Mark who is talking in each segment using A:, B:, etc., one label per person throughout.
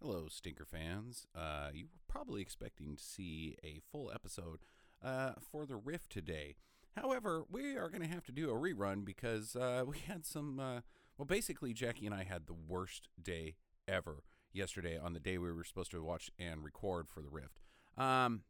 A: Hello, Stinker fans. Uh, you were probably expecting to see a full episode uh, for the riff today. However, we are going to have to do a rerun because uh, we had some. Uh, well, basically, Jackie and I had the worst day ever yesterday on the day we were supposed to watch and record for the rift. Um,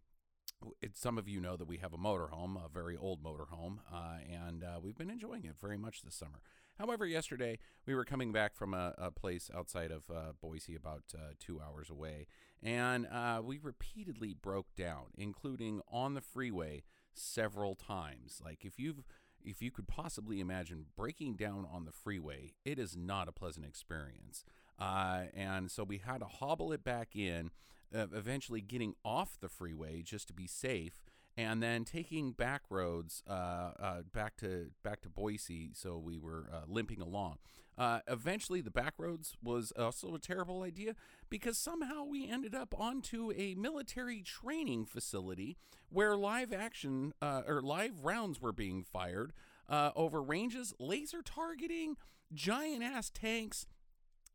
A: it, some of you know that we have a motorhome, a very old motorhome, uh, and uh, we've been enjoying it very much this summer. However, yesterday we were coming back from a, a place outside of uh, Boise, about uh, two hours away, and uh, we repeatedly broke down, including on the freeway several times. Like if you've if you could possibly imagine breaking down on the freeway, it is not a pleasant experience. Uh, and so we had to hobble it back in, uh, eventually getting off the freeway just to be safe, and then taking back roads uh, uh, back to back to Boise. So we were uh, limping along. Uh, eventually, the back roads was also a terrible idea because somehow we ended up onto a military training facility where live action uh, or live rounds were being fired uh, over ranges, laser targeting, giant ass tanks,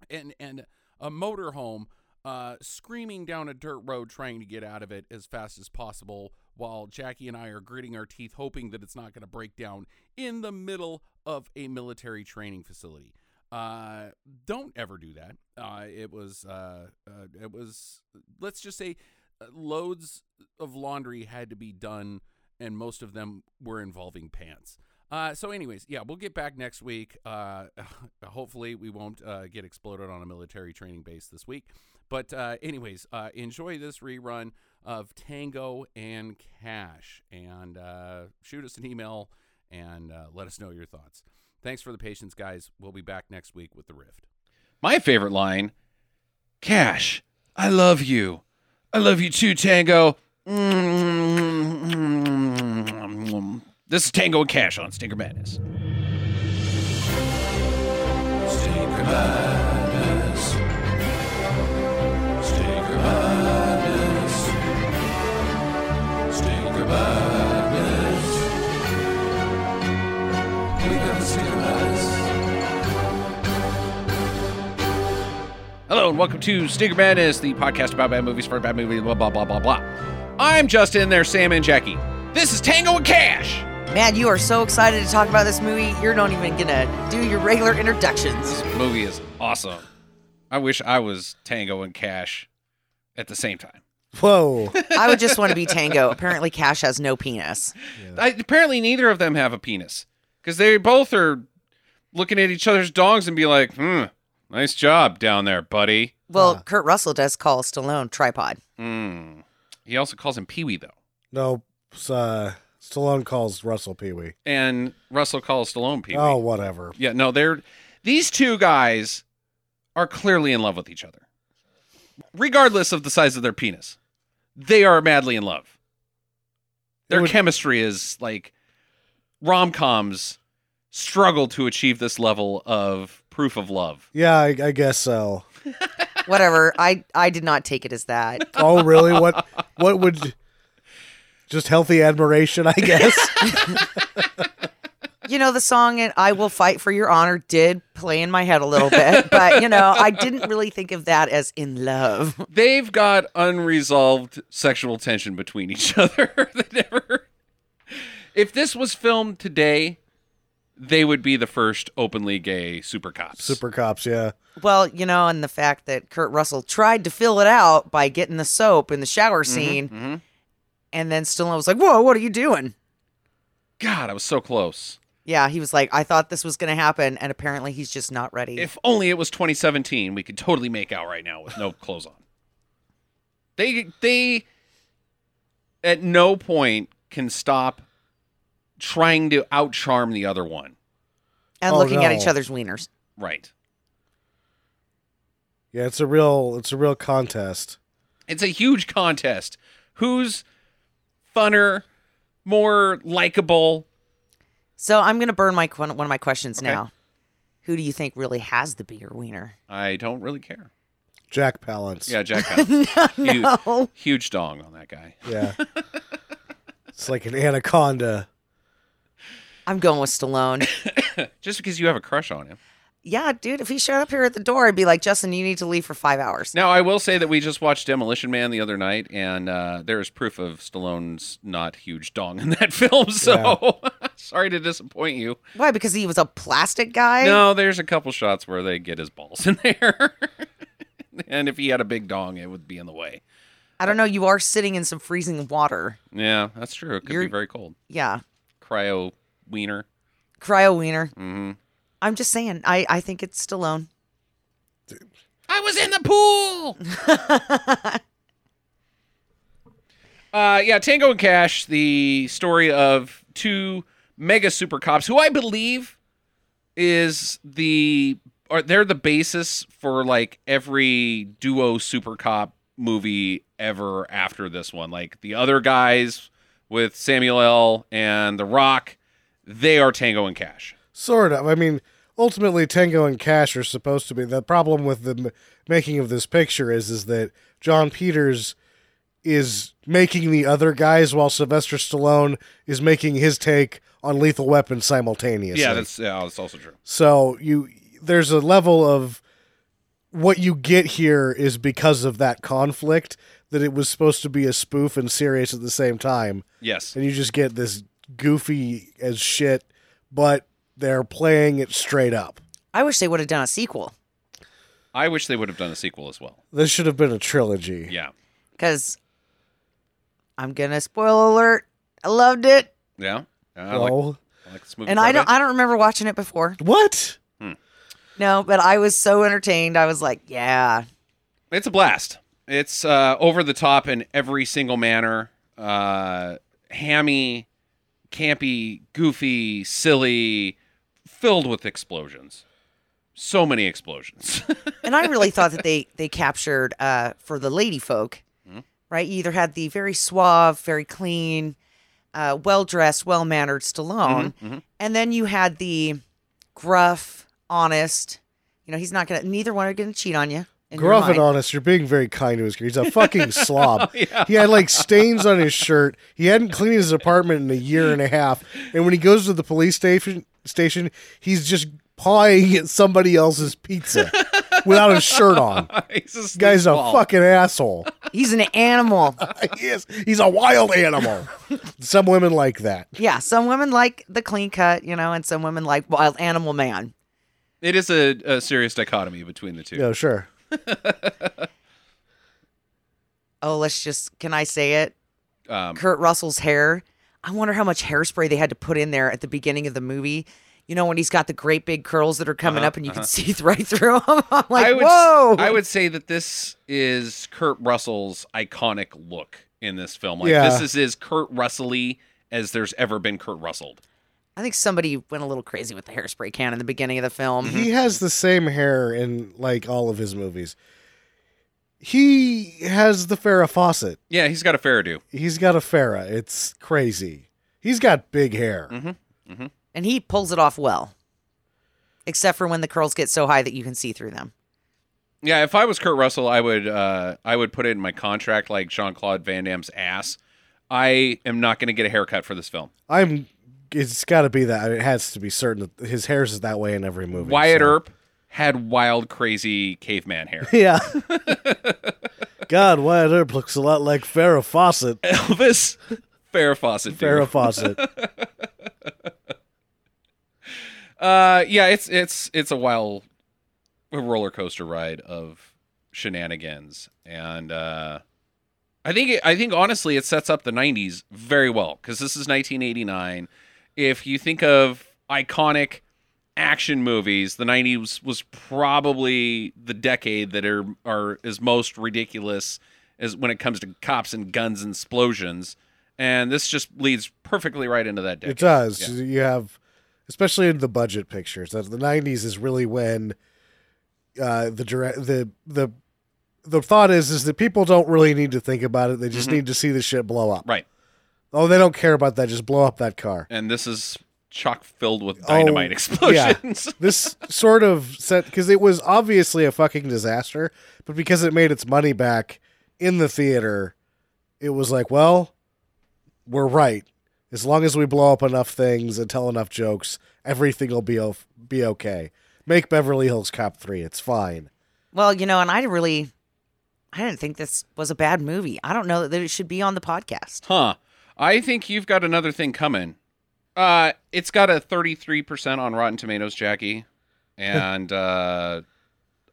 A: and and a motorhome uh, screaming down a dirt road trying to get out of it as fast as possible while Jackie and I are gritting our teeth hoping that it's not going to break down in the middle of a military training facility. Uh, don't ever do that. Uh, it was uh, uh, it was let's just say uh, loads of laundry had to be done and most of them were involving pants. Uh, so, anyways, yeah, we'll get back next week. Uh, hopefully, we won't uh, get exploded on a military training base this week. But, uh, anyways, uh, enjoy this rerun of Tango and Cash and uh, shoot us an email and uh, let us know your thoughts. Thanks for the patience, guys. We'll be back next week with The Rift.
B: My favorite line Cash, I love you. I love you too, Tango. This is Tango and Cash on Stinker Madness.
C: Stinker Madness. Stinker Madness. Stinker Madness. We got the Stinker Madness.
B: Hello and welcome to Stinker Madness, the podcast about bad movies for bad movies, blah, blah, blah, blah, blah. I'm Justin, there's Sam and Jackie. This is Tango and Cash.
D: Man, you are so excited to talk about this movie. You're not even gonna do your regular introductions.
B: This movie is awesome. I wish I was Tango and Cash at the same time.
E: Whoa.
D: I would just want to be Tango. Apparently, Cash has no penis.
B: I, apparently, neither of them have a penis because they both are looking at each other's dogs and be like, "Hmm, nice job down there, buddy."
D: Well, Kurt Russell does call Stallone tripod.
B: Hmm. He also calls him Pee Wee though,
E: no, s- uh, Stallone calls Russell Pee Wee.
B: and Russell calls Stallone Pee Wee.
E: Oh, whatever.
B: Yeah, no, they're these two guys are clearly in love with each other, regardless of the size of their penis. They are madly in love. Their
E: would-
B: chemistry is like rom coms struggle to achieve this level of proof of love.
E: Yeah, I, I guess so.
D: Whatever. I I did not take it as that.
E: Oh, really? What? What would? Just healthy admiration, I guess.
D: You know, the song and I Will Fight for Your Honor did play in my head a little bit, but you know, I didn't really think of that as in love.
B: They've got unresolved sexual tension between each other. they never. If this was filmed today, they would be the first openly gay super cops.
E: Super cops, yeah.
D: Well, you know, and the fact that Kurt Russell tried to fill it out by getting the soap in the shower scene,
B: mhm.
D: and then Stallone was like, "Whoa, what are you doing?"
B: God, I was so close.
D: Yeah, he was like, I thought this was going to happen, and apparently he's just not ready.
B: If only it was 2017, we could totally make out right now with no clothes on. They they at no point can stop trying to out charm the other one.
D: and
E: Oh,
D: looking at each
E: no.
D: other's wieners.
B: Right.
E: Yeah, it's a real it's a real contest.
B: It's a huge contest. Who's funner, more likable?
D: So I'm going to burn my one, one of my questions
B: Okay.
D: now. Who do you think really has the bigger wiener?
B: I don't really care.
E: Jack Palance.
B: Yeah, Jack. Huff. Hu-
D: no.
B: huge dong on that guy.
E: Yeah. it's like an anaconda.
D: I'm going with Stallone.
B: Just because you have a crush on him.
D: yeah, dude, if he showed up here at the door, I'd be like, Justin, you need to leave for five hours.
B: Now, I will say that we just watched Demolition Man the other night, and uh, there is proof of Stallone's not huge dong in that film. So sorry to disappoint you.
D: Why? Because he was a plastic guy?
B: No, there's a couple shots where they get his balls in there. and if he had a big dong, it would be in the way.
D: I don't know. You are sitting in some freezing water.
B: Yeah, that's true. It could
D: You're-
B: be very cold.
D: Yeah.
B: Cryo wiener.
D: Cryo wiener.
B: hmm
D: I'm just saying. I, I think it's Stallone.
B: I was in the pool. uh, yeah, Tango and Cash, the story of two mega super cops, who I believe is the are they're the basis for like every duo super cop movie ever after this one. Like the other guys with Samuel L. and The Rock, they are Tango and Cash.
E: Sort of. I mean, ultimately, Tango and Cash are supposed to be. The problem with the m- making of this picture is, is that John Peters is making the other guys while Sylvester Stallone is making his take on Lethal Weapon simultaneously.
B: Yeah, that's yeah, that's also true.
E: so you there's a level of what you get here is because of that conflict that it was supposed to be a spoof and serious at the same time
B: Yes.
E: and you just get this goofy as shit, but they're playing it straight up.
D: I wish they would have done a sequel
B: I wish they would have done a sequel as well.
E: This should have been a trilogy.
B: Yeah.
D: because I'm going to spoil alert. I loved it.
B: Yeah. I like,
E: Oh,
B: I like this movie.
D: And
B: quite
D: I
B: a
D: don't,
B: bit.
D: I don't remember watching it before.
E: what?
D: No, but I was so entertained. I was like, yeah.
B: It's a blast. It's uh, over the top in every single manner. Uh, hammy, campy, goofy, silly, filled with explosions. So many explosions.
D: And I really thought that they, they captured uh, for the lady folk, right? You either had the very suave, very clean, uh, well dressed, well mannered Stallone, and then you had the gruff, honest, you know, he's not going to, neither one are going to cheat on you. in your
E: Gruff and
D: mind.
E: honest, you're being very kind to his. He's a fucking slob. He had like stains on his shirt. He hadn't cleaned his apartment in a year and a half. And when he goes to the police station, station, he's just pawing at somebody else's pizza without his shirt on.
B: He's a
E: Guy's a
B: sleazeball.
E: fucking asshole.
D: He's an animal.
E: he is. He's a wild animal. Some women like that.
D: yeah. Some women like the clean cut, you know, and some women like wild animal man.
B: It is a, a serious dichotomy between the two.
E: No, sure.
D: Oh, let's just, can I say it?
B: Um,
D: Kurt Russell's hair. I wonder how much hairspray they had to put in there at the beginning of the movie. You know, when he's got the great big curls that are coming up and you can see th- right through them. I'm
B: Uh-huh,
D: like,
B: I would,
D: whoa.
B: I would say that this is Kurt Russell's iconic look in this film. Like
E: Yeah.
B: this is as Kurt Russell-y as there's ever been Kurt Russelled.
D: I think somebody went a little crazy with the hairspray can in the beginning of the film.
B: Mm-hmm.
E: He has the same hair in like all of his movies. He has the Farrah Fawcett.
B: Yeah, he's got a fair do.
E: He's got a Farrah. It's crazy. He's got big hair.
D: and he pulls it off well, except for when the curls get so high that you can see through them.
B: Yeah, if I was Kurt Russell, I would uh, I would put it in my contract like Jean Claude Van Damme's ass. I am not going to get a haircut for this film.
E: I'm. It's got to be that. It has to be certain that his hair's is that way in every movie.
B: Wyatt
E: so-
B: Earp had wild, crazy caveman hair.
E: Yeah. God, Wyatt Earp looks a lot like Farrah Fawcett.
B: Elvis Farrah Fawcett. dude.
E: Farrah Fawcett.
B: Uh, yeah, it's it's it's a wild roller coaster ride of shenanigans, and uh, I think it, I think honestly it sets up the '90s very well because this is 1989. If you think of iconic action movies, the '90s was probably the decade that are are is most ridiculous as when it comes to cops and guns and explosions. And this just leads perfectly right into that decade.
E: It does.
B: Yeah.
E: You have, especially in the budget pictures. That the '90s is really when uh, the direct the the the thought is is that people don't really need to think about it. They just need to see the shit blow up.
B: Mm-hmm. Right.
E: Oh, they don't care about that. Just blow up that car.
B: and this is chock filled with dynamite
E: Oh,
B: explosions.
E: this sort of set because it was obviously a fucking disaster, but because it made its money back in the theater, it was like, well, we're right. As long as we blow up enough things and tell enough jokes, everything will be o- be okay. Make Beverly Hills Cop 3. It's fine.
D: Well, you know, and I really, I didn't think this was a bad movie. I don't know that it should be on the podcast.
B: Huh. I think you've got another thing coming. Uh, it's got a 33% on Rotten Tomatoes, Jackie. And uh,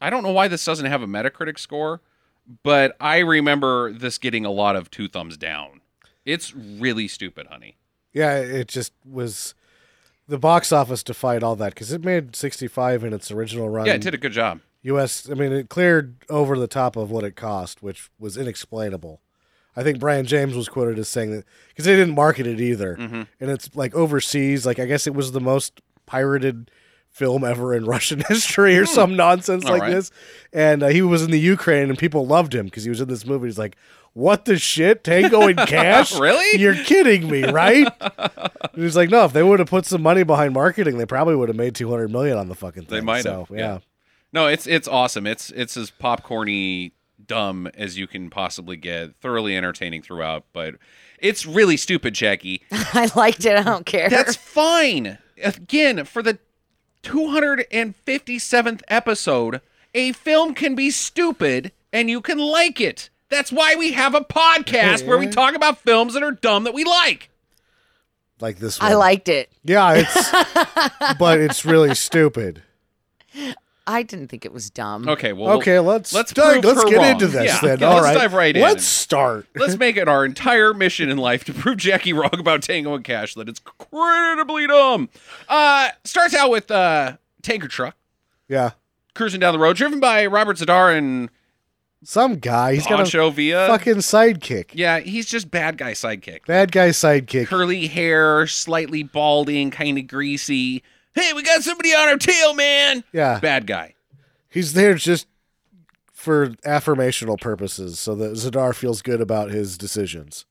B: I don't know why this doesn't have a Metacritic score, but I remember this getting a lot of two thumbs down. It's really stupid, honey.
E: Yeah, it just was the box office defied all that because it made 65 in its original run.
B: Yeah, it did a good job.
E: U.S. I mean, it cleared over the top of what it cost, which was inexplainable. I think Brian James was quoted as saying that because they didn't market it either,
B: Mm-hmm.
E: and it's like overseas. Like I guess it was the most pirated film ever in Russian history
B: Hmm.
E: or some nonsense
B: All
E: like
B: right.
E: this. And uh, he was in the Ukraine, and people loved him because he was in this movie. He's like, "What the shit, Tango and Cash?
B: Really?
E: You're kidding me, right?" and he's like, "No, if they would have put some money behind marketing, they probably would have made 200 million on the fucking thing."
B: They might
E: So,
B: have. No, it's it's awesome. It's it's as popcorny dumb as you can possibly get. Thoroughly entertaining throughout, but it's really stupid, Jackie.
D: I liked it. I don't care.
B: That's fine. Again, for the 257th episode, a film can be stupid and you can like it. That's why we have a podcast where we talk about films that are dumb that we like.
E: Like this one.
D: I liked it.
E: Yeah, it's but it's really stupid.
D: I didn't think it was dumb.
B: Okay, well,
E: Okay, let's
B: let's
E: dive,
B: prove
E: let's
B: her
E: get
B: wrong.
E: into this
B: Yeah,
E: then.
B: yeah,
E: All
B: let's dive right in.
E: Let's start.
B: Let's make it our entire mission in life to prove Jackie wrong about Tango and Cash that it's critically dumb. Uh, starts out with uh, tanker truck
E: Yeah,
B: cruising down the road, driven by Robert Zadar and
E: some guy. He's got a
B: Pancho Villa.
E: fucking sidekick.
B: yeah, he's just bad guy sidekick.
E: Bad guy sidekick.
B: Curly hair, slightly balding, kind of greasy. Hey, we got somebody on our tail, man.
E: Yeah,
B: Bad guy.
E: he's there just for affirmational purposes, so that Zadar feels good about his decisions.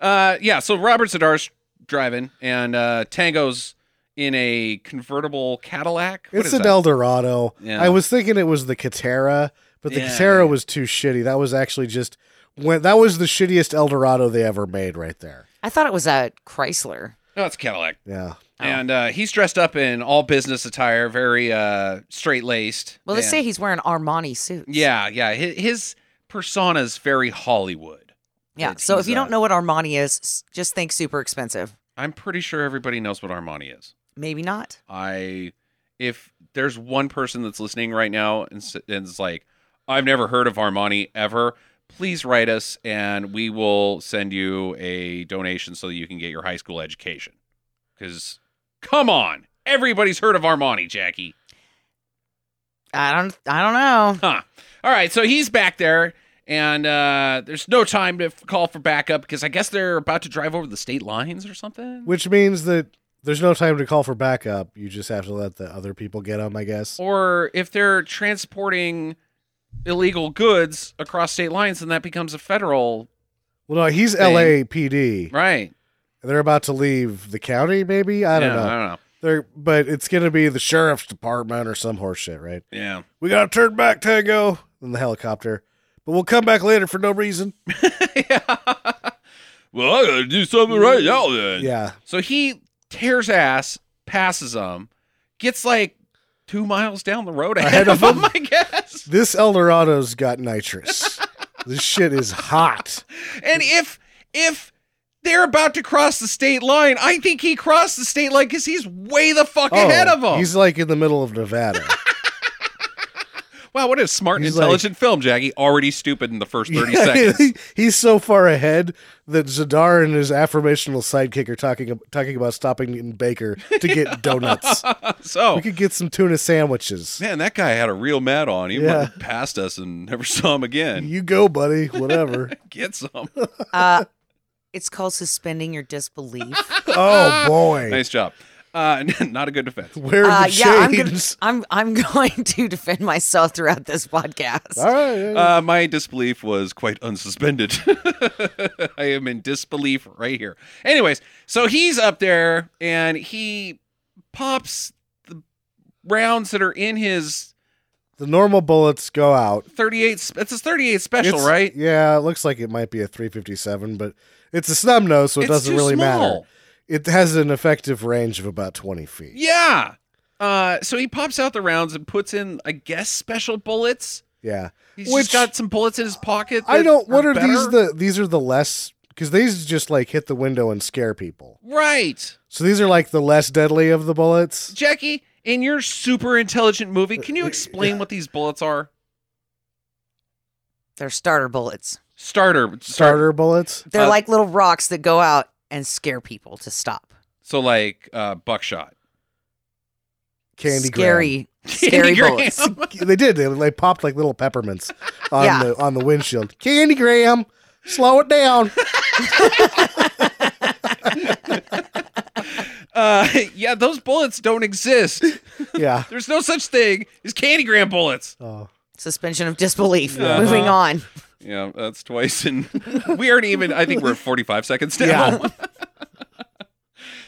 B: Uh, yeah. So Robert Zadar's driving, and uh, Tango's in a convertible Cadillac. What
E: it's
B: is
E: an
B: that?
E: Eldorado.
B: Yeah.
E: I was thinking it was the Katera, but the
B: Yeah,
E: Katera
B: yeah.
E: was too shitty. That was actually just when that was the shittiest Eldorado they ever made, right there.
D: I thought it was a Chrysler.
B: No, Oh, it's a Cadillac.
E: Yeah.
B: And uh, he's dressed up in all business attire, very uh, straight laced.
D: Well, let's
B: and,
D: say he's wearing Armani suits.
B: Yeah, yeah. His, his persona's very Hollywood.
D: Yeah.
B: that
D: So if
B: he's,
D: you
B: uh,
D: don't know what Armani is, s- just think super expensive.
B: I'm pretty sure everybody knows what Armani is.
D: Maybe not.
B: I, if there's one person that's listening right now and, s- and is like, I've never heard of Armani ever, please write us and we will send you a donation so that you can get your high school education. Because, come on, everybody's heard of Armani, Jackie.
D: I don't. I don't know.
B: Huh. All right, so he's back there, and uh, there's no time to f- call for backup because I guess they're about to drive over the state lines or something.
E: Which means that there's no time to call for backup. You just have to let the other people get them, I guess.
B: Or if they're transporting illegal goods across state lines, then that becomes a federal
E: Well, no, he's
B: Thing.
E: LAPD.
B: right.
E: They're about to leave the county, maybe. I don't
B: yeah,
E: know.
B: I don't know.
E: They're, but it's gonna be the sheriff's department or some horse shit, right?
B: Yeah.
E: We gotta turn back, Tango, in the helicopter. But we'll come back later for no reason.
B: Well, I gotta do something right now then.
E: Yeah,
B: So he tears ass, passes them, gets like two miles down the road ahead, of him, I guess.
E: this Eldorado's got nitrous. this shit is hot.
B: And if if they're about to cross the state line, I think he crossed the state line because he's way the fuck ahead of them.
E: Oh, He's like in the middle of Nevada.
B: wow, what a smart and
E: he's like-
B: intelligent film, Jackie. Already stupid in the first 30
E: Yeah,
B: seconds.
E: he- he's so far ahead that Zadar and his affirmational sidekick are talking ab- talking about stopping in Baker to get donuts.
B: So,
E: We could get some tuna sandwiches.
B: man, that guy had a real mad on. He
E: Yeah.
B: went past us and never saw him again.
E: You go, buddy. Whatever.
B: Get some.
D: Uh, it's called suspending your disbelief.
E: oh boy.
B: nice job. Uh, not a good defense.
E: Where are
D: Uh,
E: the
D: yeah, I'm gonna,
E: shades?
D: I'm I'm going to defend myself throughout this podcast.
E: All right. yeah, yeah.
B: Uh, my disbelief was quite unsuspended. I am in disbelief right here. Anyways, so he's up there and he pops the rounds that are in his
E: the normal bullets go out.
B: 38. It's his 38 special,
E: It's-
B: right?
E: Yeah, it looks like it might be a 357, but it's a snub nose, so it
B: It's
E: doesn't
B: too
E: really matter.
B: small.
E: It has an effective range of about 20 feet.
B: Yeah. Uh, so he pops out the rounds and puts in, I guess, special bullets.
E: Yeah.
B: He's
E: Which-
B: just got some bullets in his pocket.
E: I
B: that
E: don't. What are these?
B: better.
E: The these are the less because these just like hit the window and scare people.
B: right,
E: So these are like the less deadly of the bullets.
B: Jackie? In your super intelligent movie, can you explain what these bullets are?
D: They're starter bullets.
B: Starter, starter.
E: Starter bullets.
D: They're
B: Uh,
D: like little rocks that go out and scare people to stop.
B: So like uh, buckshot.
E: Candy.
D: scary, scary
B: Candy Graham.
D: bullets.
E: Graham. They did. They, they popped like little peppermints on
D: Yeah.
E: the on the windshield. Candy Graham, slow it down.
B: Uh, yeah, those bullets don't exist.
E: yeah.
B: There's no such thing as candygram bullets.
E: Oh.
D: Suspension of disbelief.
B: Uh-huh.
D: Moving on.
B: Yeah, that's twice, and we aren't even. I think we're at 45 seconds now.
E: Yeah.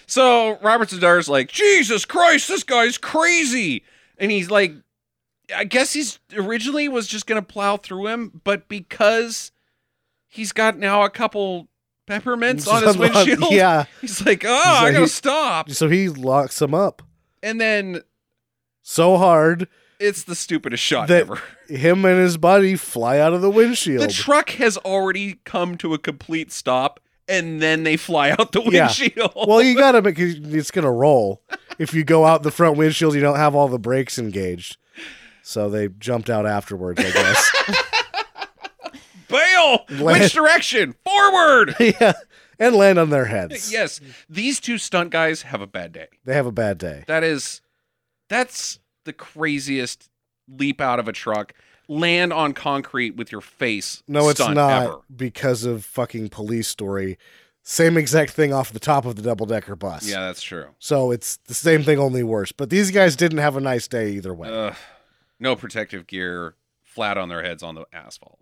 B: So Robert Zadar's like, Jesus Christ, this guy's crazy, and he's like, I guess he's originally was just gonna plow through him, but because he's got now a couple peppermints on his windshield,
E: Yeah.
B: he's like, oh, I
E: like-
B: gotta stop,
E: So he locks them up
B: and then
E: so hard.
B: it's the stupidest shot
E: That-
B: ever.
E: Him and his buddy fly out of the windshield.
B: The truck has already come to a complete stop, and then they fly out the
E: Yeah.
B: windshield.
E: Well, you gotta because it's gonna roll. If you go out the front windshield, you don't have all the brakes engaged. So they jumped out afterwards, I guess.
B: bail. Which direction? Forward.
E: yeah, and land on their heads.
B: yes, these two stunt guys have a bad day.
E: they have a bad day.
B: That is, that's the craziest leap out of a truck, land on concrete with your face.
E: No, it's
B: stunt
E: not
B: ever.
E: because of fucking police story. Same exact thing off the top of the double decker bus.
B: Yeah, that's true.
E: So it's the same thing, only worse. But these guys didn't have a nice day either way.
B: Ugh. no protective gear, flat on their heads on the asphalt.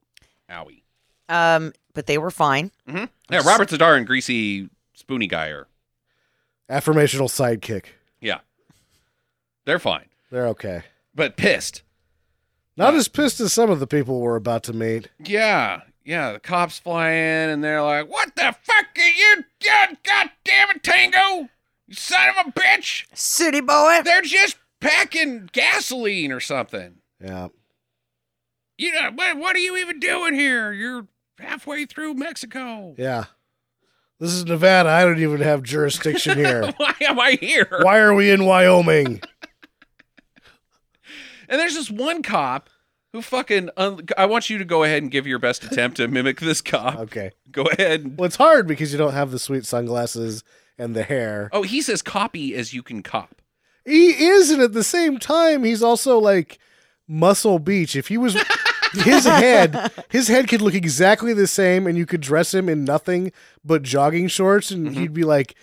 B: Owie.
D: Um, but they were fine.
B: hmm Yeah, Robert Zadar and greasy spoony guy are.
E: Affirmational sidekick.
B: Yeah, they're fine,
E: They're okay.
B: but pissed.
E: Not as pissed as some of the people we're about to meet.
B: Yeah, yeah. The cops fly in and they're like, "What the fuck are you doing? God damn it, Tango! You son of a bitch!
D: City boy.
B: They're just packing gasoline or something.
E: Yeah.
B: You know what? What are you even doing here? You're halfway through Mexico.
E: Yeah. This is Nevada. I don't even have jurisdiction here.
B: Why am I here?
E: Why are we in Wyoming?
B: And there's this one cop who fucking. Un- I want you to go ahead and give your best attempt to mimic this cop.
E: Okay.
B: Go ahead. and-
E: Well, it's hard because you don't have the sweet sunglasses and the hair.
B: Oh, he says copy as you can cop.
E: He is, and at the same time, he's also like Muscle Beach. If he was his head, his head could look exactly the same, and you could dress him in nothing but jogging shorts, and
B: Mm-hmm.
E: he'd be like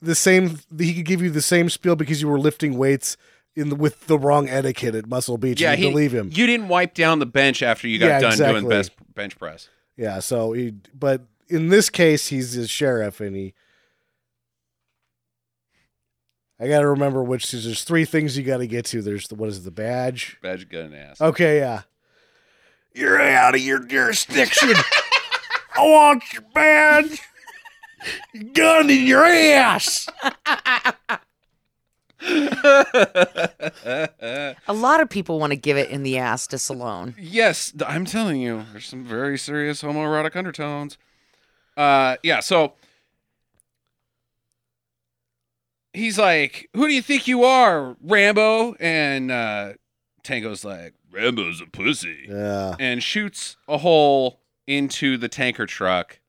E: the same. He could give you the same spiel because you were lifting weights in the, with the wrong etiquette at Muscle Beach.
B: Yeah,
E: and
B: he,
E: you believe him.
B: You didn't wipe down the bench after you got
E: Yeah,
B: done doing
E: exactly.
B: best bench press.
E: Yeah, so he but in this case he's a sheriff and he I gotta remember which there's three things you gotta get to. There's the what is it, the badge?
B: Badge gun ass.
E: Okay, yeah. You're out of your jurisdiction. I want your badge. Your Gun in your ass.
D: A lot of people want to give it in the ass to Stallone.
B: yes, th- I'm telling you, there's some very serious homoerotic undertones. Uh, yeah. So he's like, "Who do you think you are, Rambo?" And uh, Tango's like, "Rambo's a pussy,"
E: Yeah.
B: and shoots a hole into the tanker truck.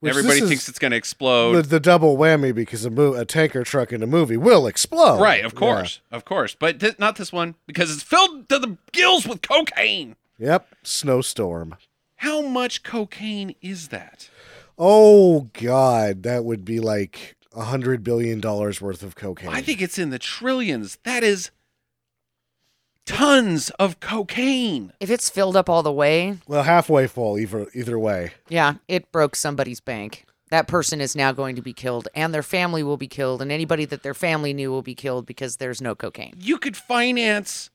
E: Which
B: Everybody
E: this is
B: thinks it's going to explode.
E: the, the double whammy because a, mo- a tanker truck in a movie will explode.
B: Right, of
E: Yeah.
B: course, of course, but th- not this one because it's filled to the gills with cocaine.
E: Yep. Snowstorm.
B: How much cocaine is that?
E: Oh God, that would be like a hundred billion dollars worth of cocaine.
B: I think it's in the trillions. That is tons of cocaine.
D: If it's filled up all the way,
E: Well, halfway full either either way.
D: yeah, it broke somebody's bank. That person is now going to be killed, and their family will be killed, and anybody that their family knew will be killed because there's no cocaine.
B: You could finance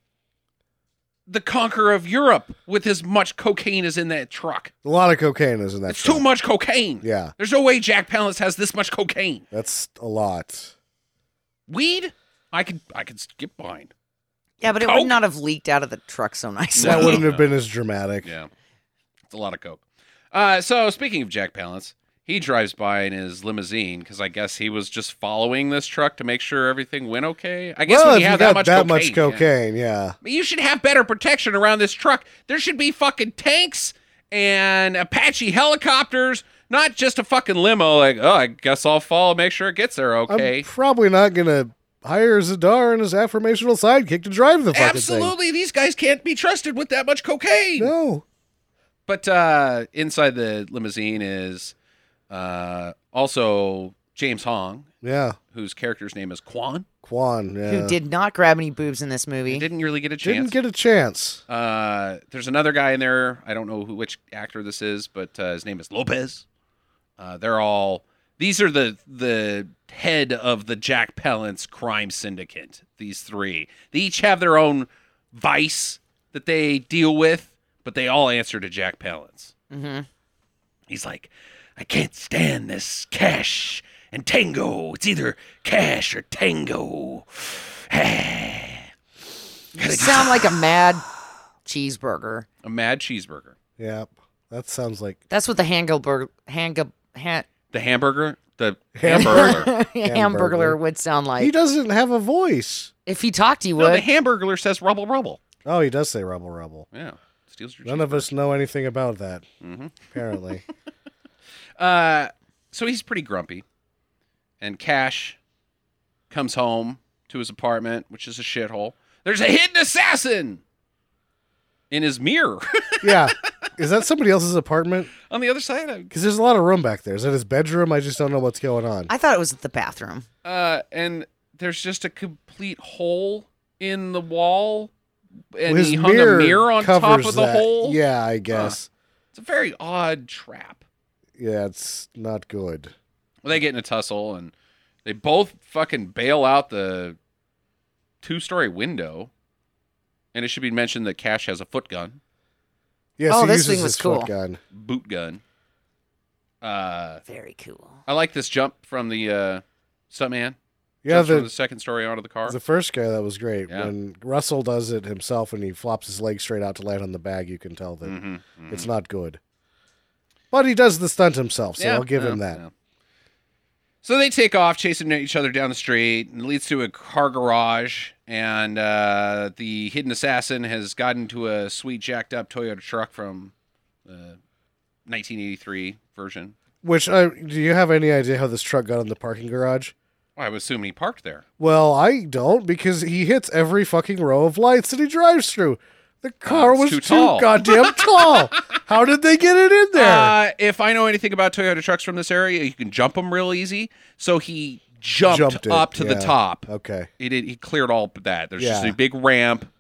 B: the conqueror of Europe with as much cocaine as in that truck.
E: A lot of cocaine is in that.
B: It's
E: show.
B: too much cocaine.
E: Yeah,
B: There's no way Jack Palance has this much cocaine.
E: that's a lot.
B: Weed? I could I could skip behind.
D: Yeah, but it
B: Coke?
D: would not have leaked out of the truck so nicely.
E: That
B: No.
E: wouldn't have been as dramatic.
B: Yeah. It's a lot of coke. Uh, so speaking of Jack Palance, he drives by in his limousine because I guess he was just following this truck to make sure everything went okay. I guess when
E: Well, Oh, if
B: you
E: you
B: have
E: got
B: that much
E: that
B: cocaine,
E: much
B: yeah.
E: cocaine, yeah.
B: I mean, you should have better protection around this truck. There should be fucking tanks and Apache helicopters, not just a fucking limo. Like, oh, I guess I'll follow, make sure it gets there okay.
E: I'm probably not gonna hire Zadar and his affirmational sidekick to drive the fucking thing.
B: Absolutely, these guys can't be trusted with that much cocaine.
E: No.
B: But uh, inside the limousine is uh, also James Hong,
E: Yeah.
B: whose character's name is Kwan.
E: Quan. Yeah.
D: Who did not grab any boobs in this movie?
B: Didn't really get a chance.
E: Didn't get a chance.
B: Uh, there's another guy in there. I don't know who which actor this is, but uh, his name is Lopez. Uh, they're all these are the the head of the Jack Palance crime syndicate. These three, they each have their own vice that they deal with, but they all answer to Jack Palance.
D: hmm
B: He's like, I can't stand this cash and tango. It's either cash or tango.
D: You sound like a mad cheeseburger.
B: A mad cheeseburger.
E: Yep. That sounds like
D: That's what the Hangelburg Hang Han,
B: The hamburger. The hamburger.
D: Hamburglar would sound like.
E: he doesn't have a voice.
D: if he talked, he
B: No, the
D: would.
B: hamburger says rubble rubble.
E: Oh, he does say rubble rubble.
B: Yeah, steals your.
E: None of us know anything about that.
B: Mhm.
E: Apparently.
B: Uh, so he's pretty grumpy, and Cash comes home to his apartment, which is a shithole. There's a hidden assassin in his mirror
E: yeah. Is that somebody else's apartment?
B: on the other side. Of,
E: Because there's a lot of room back there. Is that his bedroom? I just don't know what's going on.
D: I thought it was at the bathroom.
B: uh, and there's just a complete hole in the wall, and
E: Well, his
B: he hung
E: mirror
B: a mirror on top
E: covers
B: of the
E: that.
B: hole.
E: Yeah, I guess.
B: it's a very odd trap.
E: Yeah, it's not good.
B: Well, they get in a tussle and they both fucking bail out the two story window. And it should be mentioned that Cash has a foot gun,
E: Yes,
D: Oh,
E: he
D: this
E: uses
D: thing was
E: his
D: cool.
E: foot gun.
B: boot gun. Uh,
D: Very cool.
B: I like this jump from the uh, stuntman.
E: Yeah,
B: Jumps
E: the,
B: from the second story onto the car.
E: the first guy that was great.
B: Yeah.
E: When Russell does it himself and he flops his leg straight out to land on the bag, you can tell that
B: Mhm, mhm.
E: it's not good. But he does the stunt himself, so I'll give him
B: yeah,
E: that.
B: yeah. So they take off, chasing each other down the street, and it leads to a car garage. And uh, the hidden assassin has gotten into a sweet jacked up Toyota truck from the 1983 version.
E: Which I do you have any idea how this truck got in the parking garage?
B: Well, I would assume he parked there.
E: Well, I don't because he hits every fucking row of lights that he drives through. The car
B: Oh, it's
E: was
B: too
E: too,
B: tall.
E: goddamn tall. How did they get it in there?
B: Uh, if I know anything about Toyota trucks from this area, you can jump them real easy. So he jumped,
E: Jumped it,
B: up to the
E: yeah.
B: top.
E: okay.
B: he did he cleared all but that. There's just
E: Yeah.
B: a big ramp,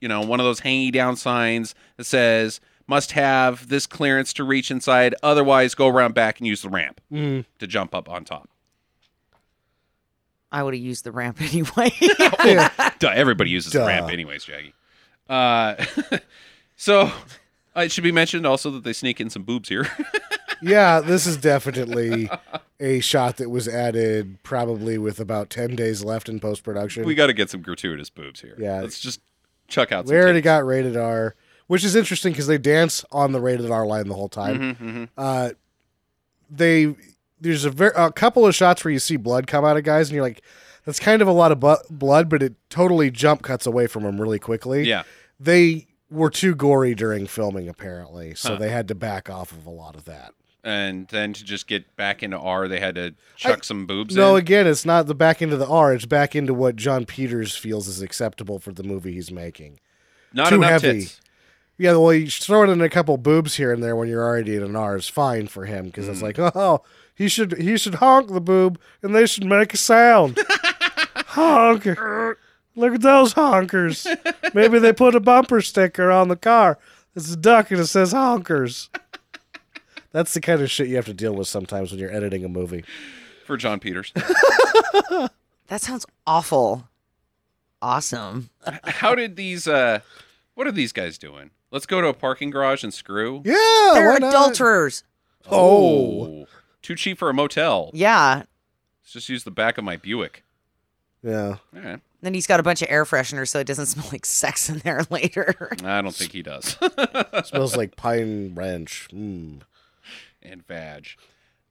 B: you know, one of those hanging down signs that says must have this clearance to reach inside, otherwise go around back and use the ramp
E: Mm.
B: to jump up on top.
D: I would have used the ramp anyway.
E: Yeah.
B: Duh, everybody uses the
E: Duh.
B: ramp anyways, Jaggy. Uh, so uh, it should be mentioned also that they sneak in some boobs here.
E: yeah, this is definitely a shot that was added probably with about 10 days left in post production.
B: we got to get some gratuitous boobs here.
E: Yeah.
B: let's just chuck out.
E: We
B: some
E: already
B: titties.
E: got rated R, which is interesting because they dance on the rated R line the whole time.
B: Mhm, mhm.
E: Uh, they there's a, ver- a couple of shots where you see blood come out of guys, and you're like, that's kind of a lot of bu- blood, but it totally jump cuts away from them really quickly.
B: Yeah,
E: they were too gory during filming apparently, so
B: Huh.
E: they had to back off of a lot of that.
B: and then to just get back into R, they had to chuck some boobs.
E: No,
B: in.
E: again, it's not the back into the R; it's back into what John Peters feels is acceptable for the movie he's making.
B: not
E: too
B: enough
E: heavy.
B: tits.
E: Yeah, well, you throw in a couple boobs here and there when you're already at an R is fine for him because it's like, oh, he should he should honk the boob and they should make a sound. honk! Look at those honkers. Maybe they put a bumper sticker on the car. It's a duck and it says honkers. That's the kind of shit you have to deal with sometimes when you're editing a movie.
B: for John Peters.
D: that sounds awful. Awesome.
B: How did these uh What are these guys doing? Let's go to a parking garage and screw.
E: Yeah,
D: They're
E: Oh, why not?
D: adulterers.
E: Oh.
B: Too cheap for a motel.
D: Yeah.
B: Let's just use the back of my Buick.
E: Yeah.
B: All right.
D: Then he's got a bunch of air fresheners so it doesn't smell like sex in there later.
B: I don't think he does.
E: Smells like pine ranch. Mm.
B: and Vag.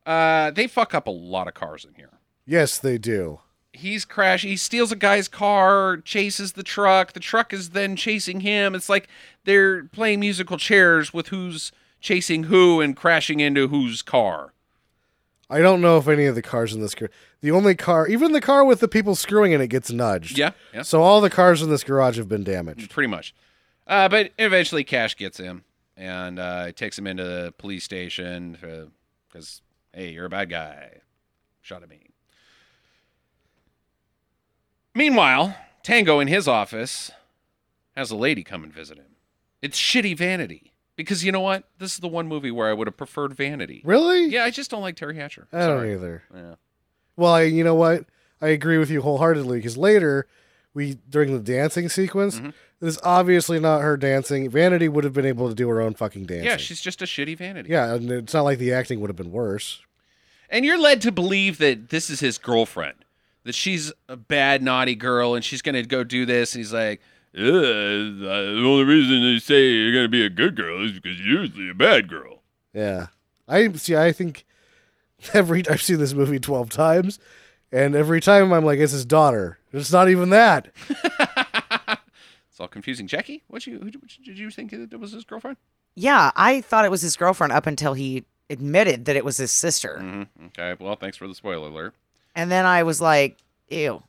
B: Uh, they fuck up a lot of cars in here.
E: Yes, they do.
B: He's crashing. He steals a guy's car, chases the truck. The truck is then chasing him. It's like they're playing musical chairs with who's chasing who and crashing into whose car.
E: I don't know if any of the cars in this gar- the only car, even the car with the people screwing in it, gets nudged.
B: Yeah, yeah,
E: So all the cars in this garage have been damaged.
B: pretty much. Uh, but eventually, Cash gets him and uh, takes him into the police station because, hey, you're a bad guy. Shot at me. Meanwhile, Tango in his office has a lady come and visit him. It's shitty vanity. Because you know what? This is the one movie where I would have preferred vanity.
E: Really? Uh,
B: Yeah, I just don't like Terry Hatcher.
E: I don't
B: Sorry.
E: either.
B: Yeah.
E: Well, I, you know what? I agree with you wholeheartedly because later, we during the dancing sequence,
B: Mhm.
E: it is obviously not her dancing. Vanity would have been able to do her own fucking dancing.
B: yeah, she's just a shitty vanity.
E: Yeah, and it's not like the acting would have been worse.
B: And you're led to believe that this is his girlfriend, that she's a bad, naughty girl, and she's going to go do this. And he's like, "Yeah, uh, the only reason they say you're going to be a good girl is because you're usually a bad girl.
E: Yeah, I see. I think every I've seen this movie twelve times, and every time I'm like, it's his daughter. It's not even that.
B: It's all confusing. Jackie, what you, who, did you think that was his girlfriend?
D: yeah, I thought it was his girlfriend up until he admitted that it was his sister.
B: hmm Okay, well, thanks for the spoiler alert.
D: And then I was like, ew.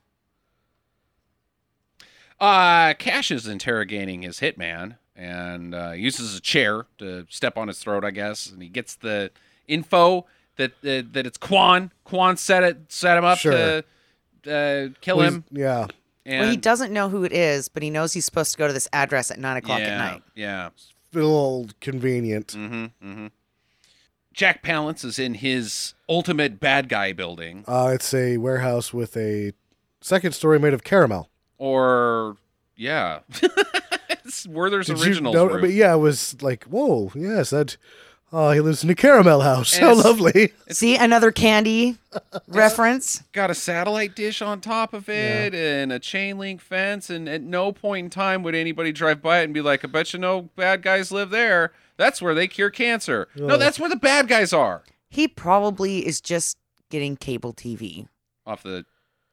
B: Uh, Cash is interrogating his hitman and uh, uses a chair to step on his throat, I guess. And he gets the info that uh, that it's Quan. Quan set it, set him up
E: Sure.
B: to uh, kill
E: Well, he's-
B: him.
E: Yeah,
B: And
D: well, he doesn't know who it is, but he knows he's supposed to go to this address at nine o'clock
B: yeah,
D: at night.
B: Yeah.
E: a little convenient.
B: hmm hmm Jack Palance is in his ultimate bad guy building,
E: Uh, it's a warehouse with a second story made of caramel.
B: or yeah, it's Werther's
E: Did you
B: original.
E: know- but yeah, it was like, whoa, yes, that. Oh, he lives in a caramel house. How
B: Yes.
E: lovely.
D: See, another candy reference.
B: got a satellite dish on top of it and a chain link fence. And at no point in time would anybody drive by it and be like, I bet you no bad guys live there. That's where they cure cancer. No,
E: Ugh.
B: that's where the bad guys are.
D: He probably is just getting cable TV,
B: Off the,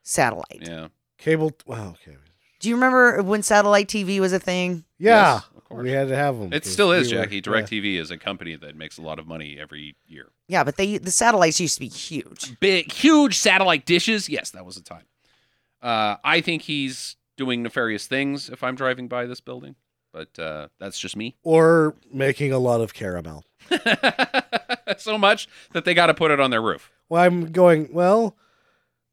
D: satellite.
B: yeah.
E: Cable. Wow. Okay.
D: Do you remember when satellite TV was a thing?
E: Yeah,
B: Yes, of course.
E: we had to have them.
B: It still is, Jackie. DirecTV is a company that makes a lot of money every year.
D: Yeah, but they the satellites used to be huge.
B: Big, huge satellite dishes. Yes, that was a time. Uh, I think he's doing nefarious things if I'm driving by this building, but uh, that's just me.
E: Or making a lot of caramel.
B: so much that they got to put it on their roof.
E: Well, I'm going. Well,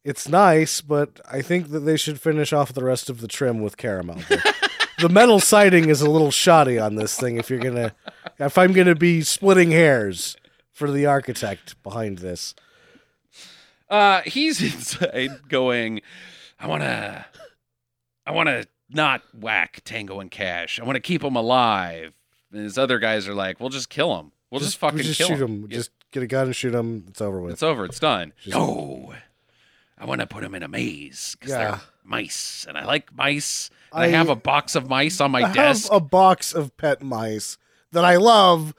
E: it's nice, but I think that they should finish off the rest of the trim with caramel. The, the metal siding is a little shoddy on this thing. If you're gonna, if I'm gonna be splitting hairs for the architect behind this,
B: Uh, he's inside going, I want to, I want to not whack Tango and Cash. I want to keep them alive. And his other guys are like, we'll just kill him. We'll just, fucking
E: we just
B: kill
E: shoot
B: him.
E: him. Just get a gun and shoot him. It's over with.
B: It's over. It's done.
E: Just-
B: No, I want to put them in a maze because
E: Yeah.
B: they're mice, and I like mice. And I,
E: I-
B: have a box of mice on my
E: I
B: desk.
E: have a box of pet mice that I love,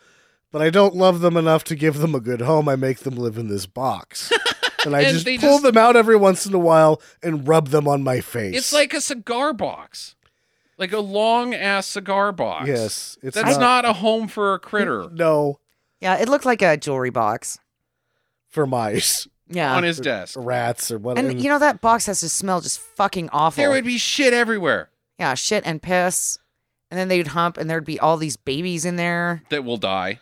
E: but I don't love them enough to give them a good home. I make them live in this box. And I
B: And
E: just
B: they
E: pull
B: just-
E: them out every once in a while and rub them on my face.
B: It's like a cigar box, like a long ass cigar box.
E: Yes. It's
B: that's not, a home for a critter
E: No,
D: Yeah, it looked like a jewelry box.
E: for mice,
B: on
D: Yeah.
B: his desk.
E: rats, or whatever.
D: And you know that box has to smell just fucking awful.
B: There would be shit everywhere
D: yeah, shit and piss. And then they'd hump and there'd be all these babies in there.
B: that will die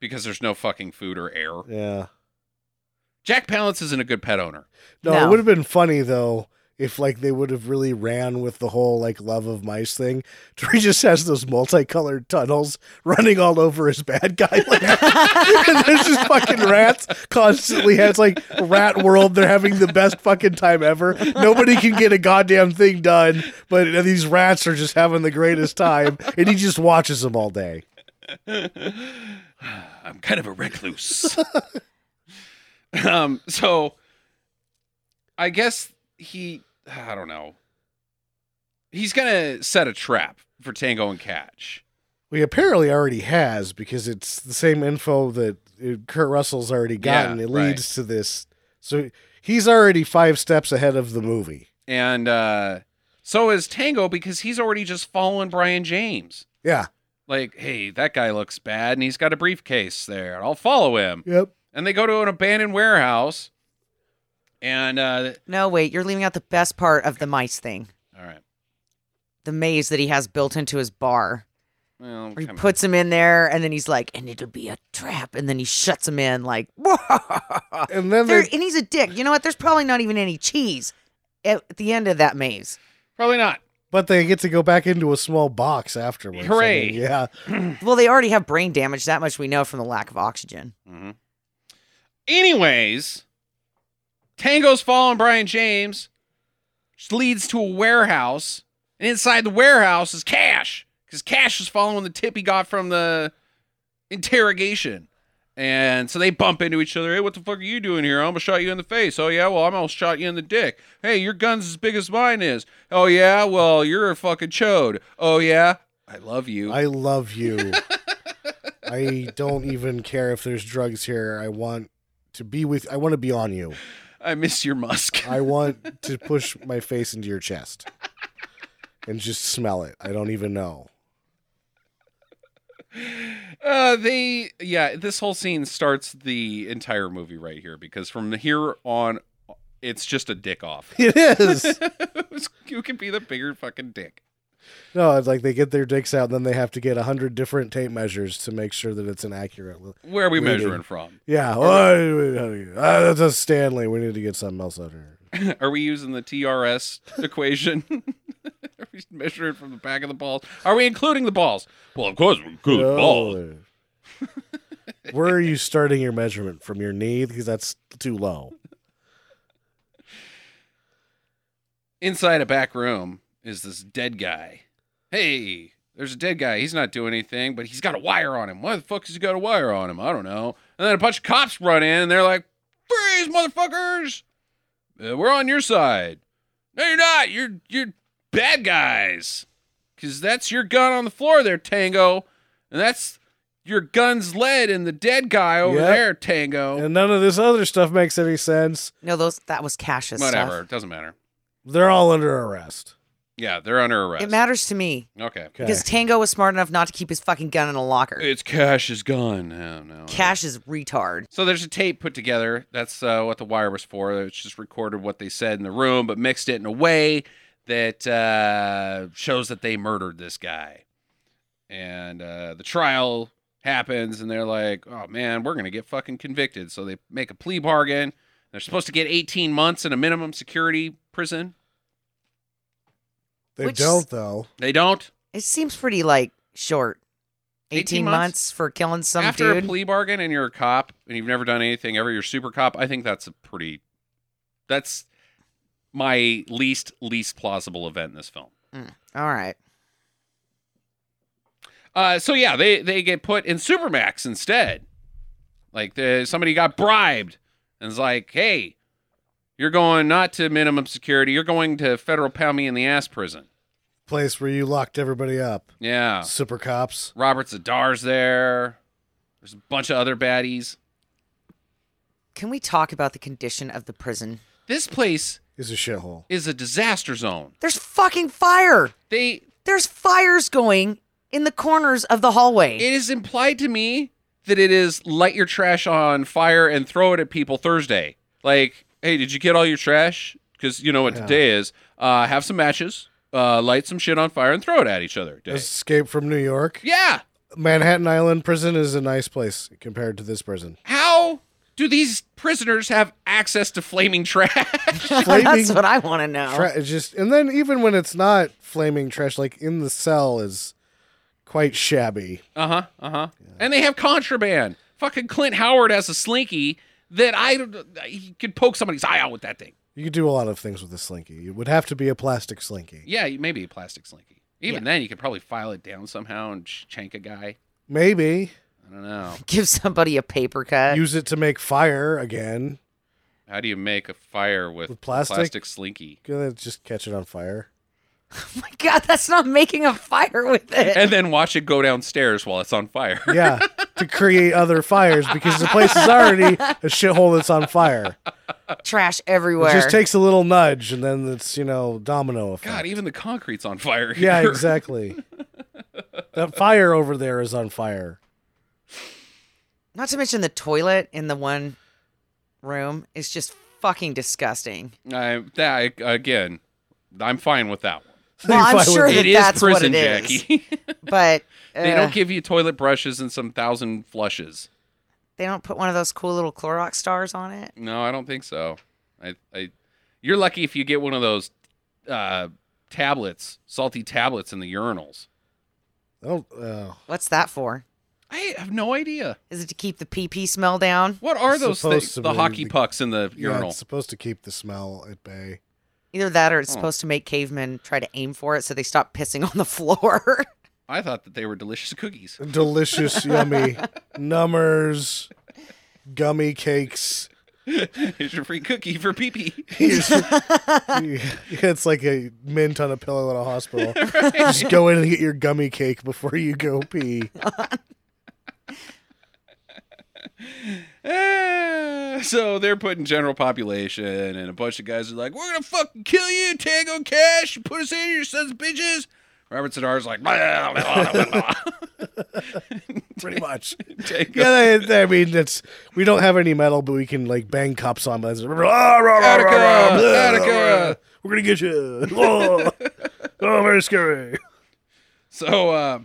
B: because there's no fucking food or air.
E: yeah.
B: Jack Palance isn't a good pet owner.
E: No,
D: No.
E: it would have been funny, though, if like they would have really ran with the whole like love of mice thing. Tree just has those multicolored tunnels running all over his bad guy. Like, and there's just fucking rats constantly. It's like rat world. They're having the best fucking time ever. Nobody can get a goddamn thing done, but these rats are just having the greatest time, and he just watches them all day.
B: I'm kind of a recluse. um, so I guess he I don't know. He's gonna set a trap for Tango and Catch.
E: Well, he apparently already has because it's the same info that uh, Kurt Russell's already gotten.
B: Yeah,
E: it leads to this, so he's already five steps ahead of the movie.
B: And uh so is Tango because he's already just following Brian James.
E: Yeah.
B: Like, hey, that guy looks bad and he's got a briefcase there. I'll follow him.
E: Yep.
B: And they go to an abandoned warehouse. And uh
D: No, wait, you're leaving out the best part of the mice thing.
B: all right.
D: The maze that he has built into his bar.
B: Well,
D: Where he
B: come-
D: puts him in there and then he's like, and it'll be a trap. And then he shuts him in like,
E: And then
D: There-
E: they,
D: and he's a dick. You know what? There's probably not even any cheese at the end of that maze.
B: probably not.
E: but they get to go back into a small box afterwards. I mean,
B: Hooray.
E: yeah.
D: Well, they already have brain damage. That much we know from the lack of oxygen.
B: hmm Anyways, Tango's following Brian James, which leads to a warehouse, and inside the warehouse is Cash, because Cash is following the tip he got from the interrogation. And so they bump into each other. Hey, what the fuck are you doing here? I almost shot you in the face. Oh yeah, well I almost shot you in the dick. Hey, your gun's as big as mine is. Oh yeah, well you're a fucking chode. Oh yeah, I love you.
E: I love you. I don't even care if there's drugs here. I want to be with. I want to be on you.
B: I miss your musk.
E: I want to push my face into your chest and just smell it. I don't even know.
B: Uh, they yeah, this whole scene starts the entire movie right here because from here on, it's just a dick off.
E: It is.
B: you can be the bigger fucking dick.
E: No, it's like they get their dicks out, and then they have to get a hundred different tape measures to make sure that it's an accurate. li-
B: Where are we
E: Reading.
B: measuring from?
E: Yeah, oh, uh, that's a Stanley. We need to get something else out here.
B: Are we using the TRS equation? are we measuring from the back of the balls? Are we including the balls? Well, of course we include the balls.
E: Oh. Where are you starting your measurement from your knee? Because that's too low.
B: Inside a back room is this dead guy. Hey, there's a dead guy. He's not doing anything, but he's got a wire on him. Why the fuck has he got a wire on him? I don't know. And then a bunch of cops run in and they're like, freeze, motherfuckers! Uh, we're on your side. No, you're not. You're you're bad guys. Cause that's your gun on the floor there, Tango. And that's your gun's lead in the dead guy over
E: Yep.
B: there, Tango.
E: And none of this other stuff makes any sense.
D: No, those that was Cash's
B: Whatever.
D: stuff.
B: It doesn't matter.
E: They're all under arrest.
B: Yeah, they're under arrest.
D: It matters to me
B: okay.
E: Okay.
D: because Tango was smart enough not to keep his fucking gun in a locker.
B: It's Cash's gun. Oh, no.
D: Cash is retard.
B: So there's a tape put together. That's uh, what the wire was for. It's just recorded what they said in the room, but mixed it in a way that uh, shows that they murdered this guy. And uh, the trial happens, and they're like, "Oh man, we're gonna get fucking convicted." So they make a plea bargain. They're supposed to get 18 months in a minimum security prison.
E: They
D: Which-
E: don't though.
B: They don't.
D: It seems pretty like short.
B: 18
D: 18,
B: months?
D: months? for killing some
B: After
D: dude.
B: a plea bargain, and you're a cop, and you've never done anything ever. You're a super cop. I think that's a pretty. That's my least least plausible event in this film.
D: All right.
B: Uh, so yeah, they they get put in Supermax instead. Like the, somebody got bribed and is like, "Hey, you're going not to minimum security. You're going to federal pound me in the ass prison."
E: Place where you locked everybody up.
B: Yeah,
E: Super cops.
B: Robert Zadar's there. There's a bunch of other baddies.
D: Can we talk about the condition of the prison?
B: This place
E: is a shithole.
B: is a disaster zone.
D: There's fucking fire.
B: They
D: There's fires going in the corners of the hallway.
B: it is implied to me that it is light your trash on fire and throw it at people Thursday. Like, hey, did you get all your trash? Because you know what today is. Uh, have some matches, uh, light some shit on fire, and throw it at each other. Day.
E: Escape from New York.
B: Yeah.
E: Manhattan Island prison is a nice place compared to this prison.
B: How do these prisoners have access to flaming trash?
D: That's what I want to know.
E: Tra- it's just and then even when it's not flaming trash, like in the cell is quite shabby.
B: Uh huh. Uh huh. And they have contraband. Fucking Clint Howard has a slinky that I he could poke somebody's eye out with that thing.
E: You could do a lot of things with a slinky. It would have to be a plastic slinky.
B: Yeah, maybe a plastic slinky. Even then, you could probably file it down somehow and ch- chank a guy.
E: Maybe
B: I don't know.
D: Give somebody a paper cut.
E: use it to make fire again.
B: How do you make a fire with,
E: With plastic?
B: plastic slinky?
E: Gonna just catch it on fire.
D: oh my God, that's not making a fire with it.
B: And then watch it go downstairs while it's on fire.
E: Yeah, to create other fires because the place is already a shithole that's on fire.
D: Trash
E: It
D: everywhere.
E: just takes a little nudge and then it's you know domino effect.
B: God, even the concrete's on fire.
E: yeah,
B: here.
E: exactly. that fire over there is on fire.
D: not to mention the toilet in the one room is just fucking disgusting.
B: I, that again, I'm fine with that one.
D: Well, I'm
E: Fine with
D: sure
E: it.
D: that
B: It is
D: that's what
B: prison,
D: it is.
B: Jackie.
D: But uh,
B: they don't give you toilet brushes and some thousand flushes.
D: they don't put one of those cool little Clorox stars on it.
B: No, I don't think so. I, I you're lucky if you get one of those uh, tablets, salty tablets in the urinals.
E: Oh, oh.
D: What's that for?
B: I have no idea.
D: Is it to keep the pee pee smell down?
B: What are those
E: Supposed
B: things?
E: to
B: The
E: be
B: hockey
E: the-
B: pucks in the
E: Yeah,
B: urinal.
E: it's supposed to keep the smell at bay.
D: Either that or it's
B: Huh.
D: supposed to make cavemen try to aim for it so they stop pissing on the floor.
B: I thought that they were delicious cookies.
E: Delicious, yummy numbers, gummy cakes.
B: Here's your free cookie for pee pee.
E: it's like a mint on a pillow at a hospital. Just go in and get your gummy cake before you go pee.
B: Ah, so they're putting general population, and a bunch of guys are like, "We're gonna fucking kill you, Tango Cash. You Put us in your sons of bitches." Robert Sedar's like, "Blah, blah, blah, blah,
E: Pretty much.
B: blah." Tango,
E: Yeah, I, I mean, it's we don't have any metal, but we can like bang cops on. But it's, "Rah, rah, rah, rah,
B: Attica,
E: rah, blah,
B: Attica."
E: We're gonna get you. Oh, oh, very scary.
B: So uh,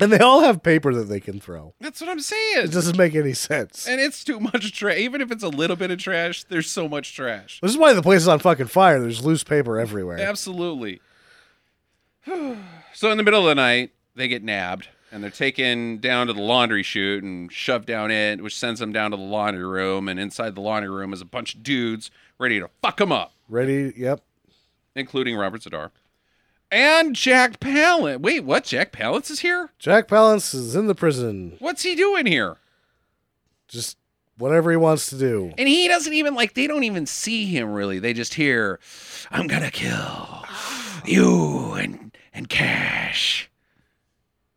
E: And they all have paper that they can throw.
B: that's what I'm
E: It
B: saying.
E: doesn't make any sense.
B: And it's too much trash. Even if it's a little bit of trash, there's so much trash.
E: This is why the place is on fucking fire. There's loose paper everywhere.
B: Absolutely. so in the middle of the night, they get nabbed and they're taken down to the laundry chute and shoved down it, which sends them down to the laundry room. And inside the laundry room is a bunch of dudes ready to fuck them up,
E: Ready? Yep.
B: including Robert Zadar and Jack Palance. Wait, what? Jack Palance is here?
E: Jack Palance is in the prison.
B: What's he doing here?
E: Just whatever he wants to do.
B: And he doesn't even like. They don't even see him really. They just hear, "I'm gonna kill you and and Cash."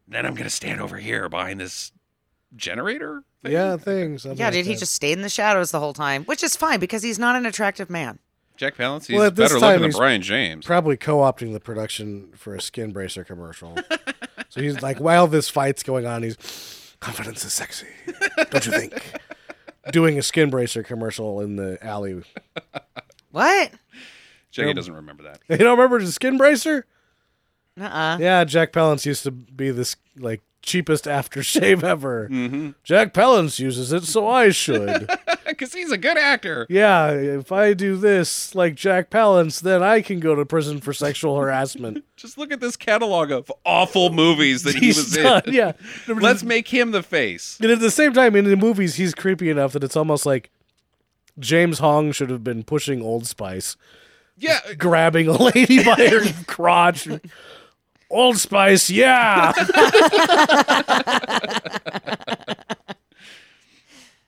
B: Then I'm gonna stand over here behind this generator. Thing.
E: Yeah, things.
D: yeah, dude, he just stayed in the shadows the whole time, which is fine because he's not an attractive man.
B: Jack Palance. He's
E: Well, at this
B: better
E: time,
B: looking than
E: he's-
B: Brian James.
E: probably co-opting the production for a skin bracer commercial. so he's like, while this fight's going on, he's confidence is sexy, don't you think? Doing a skin bracer commercial in the alley.
D: What?
B: Jackie doesn't remember that.
E: You don't remember the skin bracer?
D: Uh uh
E: Yeah, Jack Palance used to be this like cheapest aftershave ever. Jack Palance uses it, so I should.
B: Because he's a good actor.
E: yeah, if I do this like Jack Palance, then I can go to prison for sexual harassment.
B: Just look at this catalog of awful movies that he
E: He's
B: was
E: done,
B: in.
E: Yeah.
B: Let's make him the face.
E: And at the same time, in the movies, he's creepy enough that it's almost like James Hong should have been pushing Old Spice,
B: Yeah.
E: grabbing a lady by her crotch. Old Spice, yeah.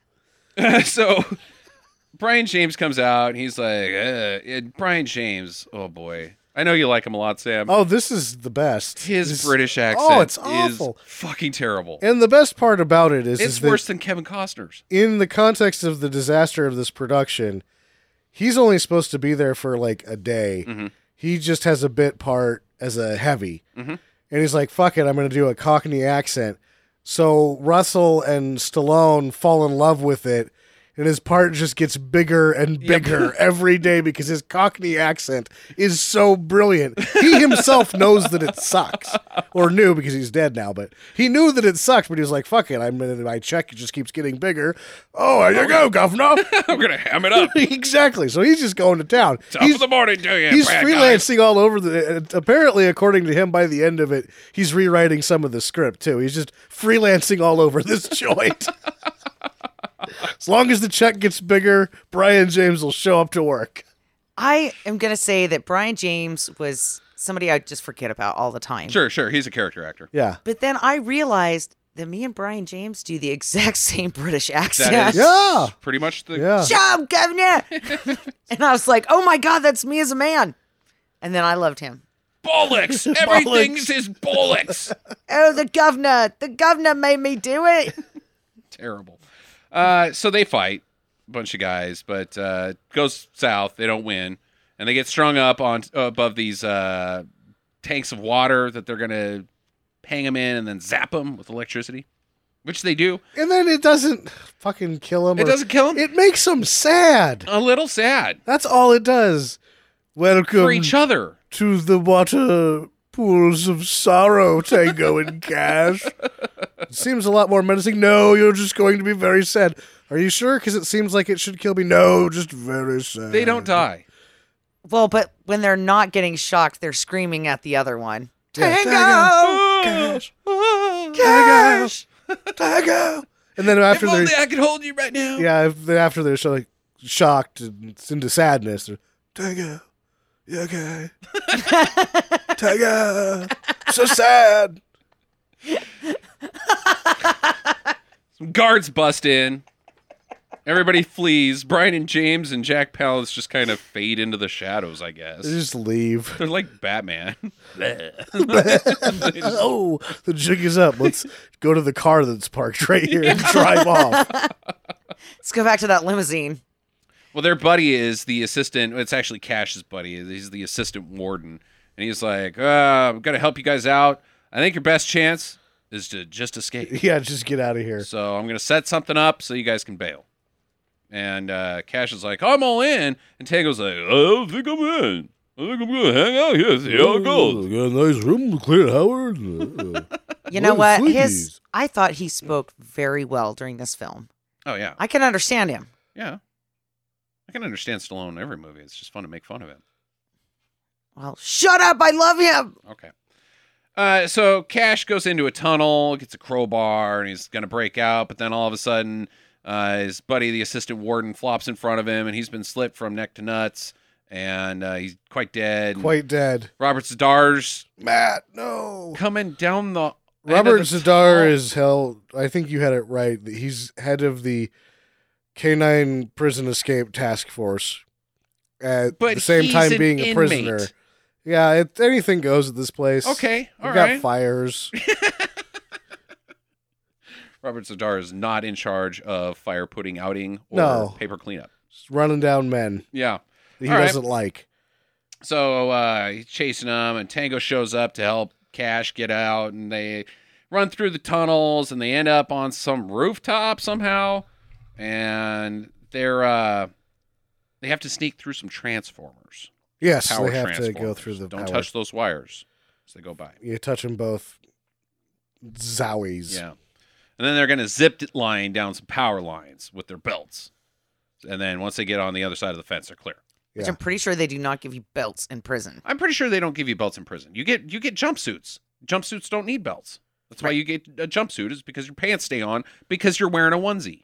B: so Brian James comes out and he's like, uh, and Brian James, oh boy. I know you like him a lot, Sam.
E: oh, this is the best.
B: His
E: This-
B: British accent
E: Oh, it's
B: is
E: awful.
B: fucking terrible.
E: And the best part about it is,
B: It's
E: is that
B: worse than Kevin Costner's.
E: in the context of the disaster of this production, he's only supposed to be there for like a day. He just has a bit part as a heavy. And he's like, fuck it, I'm going to do a Cockney accent. So Russell and Stallone fall in love with it. and his part just gets bigger and bigger every day because his Cockney accent is so brilliant. He himself knows that it sucks, or knew because he's dead now, but he knew that it sucked. But he was like, "Fuck it, I'm my check just keeps getting bigger." Oh, there you go, governor.
B: I'm gonna ham it up.
E: exactly. So he's just going to town.
B: Top
E: He's-
B: of the morning to you.
E: he's
B: Brad guys.
E: freelancing all over the apparently according to him by the end of it he's rewriting some of the script too he's just freelancing all over this joint as long as the check gets bigger brian james will show up to work
D: I am going to say that Brian James was somebody I just forget about all the time.
B: Sure, sure. He's a character actor.
E: yeah
D: But then I realized that me and Brian James do the exact same British accent.
B: That is
E: Yeah.
B: pretty much the
E: yeah
D: job, governor. and I was like, oh my God, that's me as a man. And then I loved him.
B: bollocks. Everything's his bollocks.
D: Oh, the governor. The governor made me do it.
B: Terrible. Uh, so they fight, bunch of guys, but uh, goes south. They don't win, and they get strung up on above these uh, tanks of water that they're gonna hang them in and then zap them with electricity, which they do.
E: and then it doesn't fucking kill him
B: It
E: or-
B: doesn't kill them.
E: it makes him sad
B: a little sad
E: that's all it does
B: for
E: welcome
B: each other.
E: to the water pools of sorrow, Tango and Cash. It seems a lot more menacing. No, you're just going to be very sad. Are you sure? Because it seems like it should kill me. No, just very sad.
B: They don't die.
D: Well, but when they're not getting shocked, they're screaming at the other one.
E: Yeah,
D: Tango!
B: Oh!
E: Cash, Cash, Tango. And then after
B: if
E: they're
B: only I could hold you right now.
E: yeah, if then after they're so like shocked and it's into sadness, they're Tango, you okay? Tango, so sad.
B: Guards bust in. Everybody flees. Brian and James and Jack Palance just kind of fade into the shadows, I
E: They
B: guess.
E: just leave.
B: They're like Batman.
E: oh, the jig is up. Let's go to the car that's parked right here and drive off.
D: Let's go back to that limousine.
B: Well, their buddy is the assistant. It's actually Cash's buddy. He's the assistant warden. And he's like, uh, I'm going to help you guys out. I think your best chance is to just escape.
E: Yeah, just get out of here.
B: So I'm gonna set something up so you guys can bail. And uh, Cash is like, I'm all in, and Tango's like, I don't think I'm in. I think I'm gonna hang out here, see how it goes.
E: got a nice room to clear, Howard. Uh,
D: You know
E: What
D: what?
E: a
D: His
E: sleaze.
D: I thought he spoke very well during this film.
B: Oh yeah,
D: I can understand him.
B: yeah. I can understand Stallone in every movie. It's just fun to make fun of him.
D: Well, shut up. I love him.
B: Okay. Uh, so Cash goes into a tunnel, gets a crowbar, and he's gonna break out. But then all of a sudden, uh, his buddy, the assistant warden, flops in front of him, and he's been slipped from neck to nuts, and uh, he's quite dead.
E: Quite dead.
B: Robert Zdar's
E: Matt, no.
B: coming down the end
E: Robert
B: of the
E: Zadar
B: tunnel.
E: is held. I think you had it right. that He's head of the K9 prison escape task force. At
B: But
E: the same
B: he's
E: time,
B: an
E: being a
B: inmate.
E: prisoner. Yeah, it, anything goes at this place.
B: okay.
E: We've
B: All
E: got
B: right.
E: fires.
B: Robert Zadar is not in charge of fire putting outing or
E: No.
B: paper cleanup.
E: Just running down men
B: Yeah.
E: that he
B: All right.
E: doesn't like.
B: So uh, he's chasing them, and Tango shows up to help Cash get out, and they run through the tunnels, and they end up on some rooftop somehow, and they're uh, they have to sneak through some transformers.
E: Yes,
B: Power
E: they have to go
B: transformers.
E: through the
B: Don't
E: power.
B: touch those wires as they go by.
E: You touch them both. Zowies.
B: Yeah. And then they're going to zip it- line down some power lines with their belts. And then once they get on the other side of the fence, they're clear.
D: Which
E: Yeah.
D: I'm pretty sure they do not give you belts in prison.
B: I'm pretty sure they don't give you belts in prison. You get you get jumpsuits. Jumpsuits don't need belts. That's why you get a jumpsuit is because your pants stay on because you're wearing a onesie.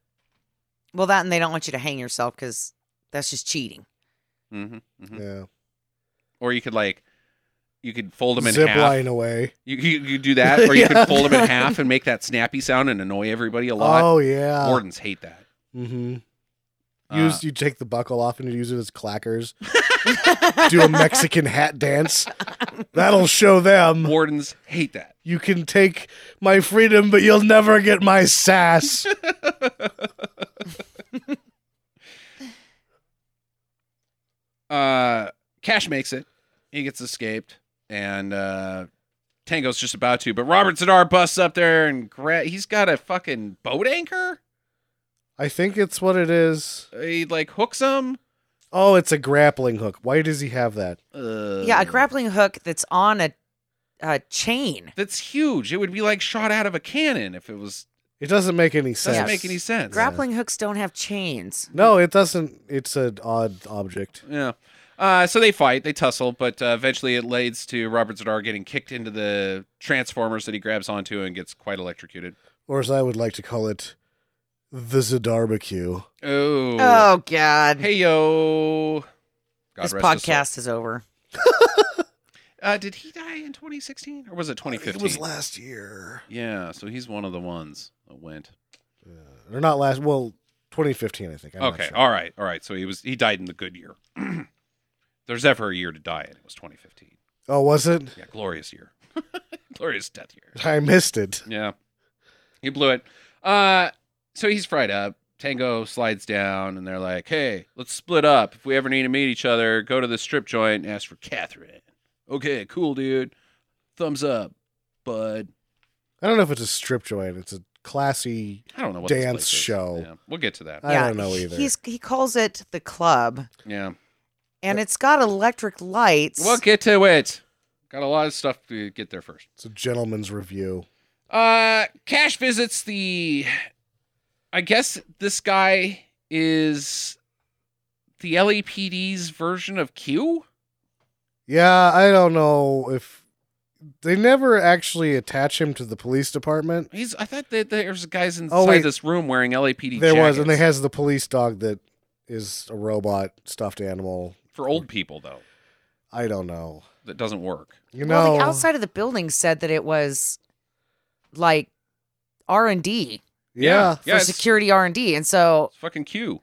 D: Well, that and they don't want you to hang yourself because that's just cheating.
B: hmm hmm
E: Yeah.
B: Or you could like you could fold them in
E: Zip
B: half.
E: line away.
B: You, you you could do that, or you
E: Yeah.
B: could fold them in half and make that snappy sound and annoy everybody a lot.
E: Oh yeah.
B: Wardens hate that.
E: hmm
B: Uh,
E: Use you take the buckle off and you use it as clackers. Do a Mexican hat dance. That'll show them.
B: Wardens hate that.
E: You can take my freedom, but you'll never get my sass.
B: uh cash makes it he gets escaped and uh tango's just about to but robert zadar busts up there and gra- he's got a fucking boat anchor
E: I think it's what it is.
B: He like hooks him.
E: Oh, it's a grappling hook. Why does he have that?
B: Uh,
D: yeah, a grappling hook that's on a, a chain.
B: That's huge. It would be like shot out of a cannon if it was.
E: It doesn't make any
B: Doesn't
E: sense.
B: make any sense.
D: Grappling hooks don't have chains.
E: No, it doesn't. It's an odd object.
B: Yeah. Uh, so they fight, they tussle, but uh, eventually it leads to Robert Zadar getting kicked into the transformers that he grabs onto and gets quite electrocuted.
E: Or as I would like to call it, the Zadarbecue.
B: Oh.
D: Oh God,
B: Hey yo. God
D: this
B: rest his soul.
D: podcast is over.
B: Uh, did he die in 2016 or was it 2015?
E: It was last year.
B: yeah, so he's one of the ones that went.
E: Or not last. Well, 2015, I think. I'm not
B: okay, oh.
E: sure.
B: all right, all right. So he was he died in the good year. There's ever a year to die, and it was 2015.
E: Oh, was it?
B: Yeah, glorious year, glorious death year.
E: I missed it.
B: Yeah. He blew it. Uh so he's fried up. Tango slides down and they're like, Hey, let's split up. If we ever need to meet each other, go to the strip joint and ask for Catherine. Okay, cool, dude. Thumbs up, bud.
E: I don't know if it's a strip joint. It's a classy.
B: I don't know what this
E: Dance
B: place is.
E: show. Uh,
B: Yeah, we'll get to that.
E: I
D: yeah,
E: don't know either.
D: He's he calls it the club,
B: Yeah,
D: and it's got electric lights.
B: we'll get to it. Got a lot of stuff to get there first.
E: It's a gentleman's review.
B: Uh, Cash visits the. I guess this guy is the LAPD's version of Q.
E: Yeah, I don't know if they never actually attach him to the police department.
B: He's. I thought that there's guys inside
E: Oh, wait.
B: this room wearing LAPD.
E: There was, and they
B: jackets.
E: has the police dog that is a robot stuffed animal.
B: for old people though.
E: I don't know.
B: That doesn't work.
E: You
D: Well,
E: know,
D: the outside of the building said that it was like R and D
E: yeah,
B: yeah,
D: for
B: it's,
D: security R and D, and so
B: it's fucking Q.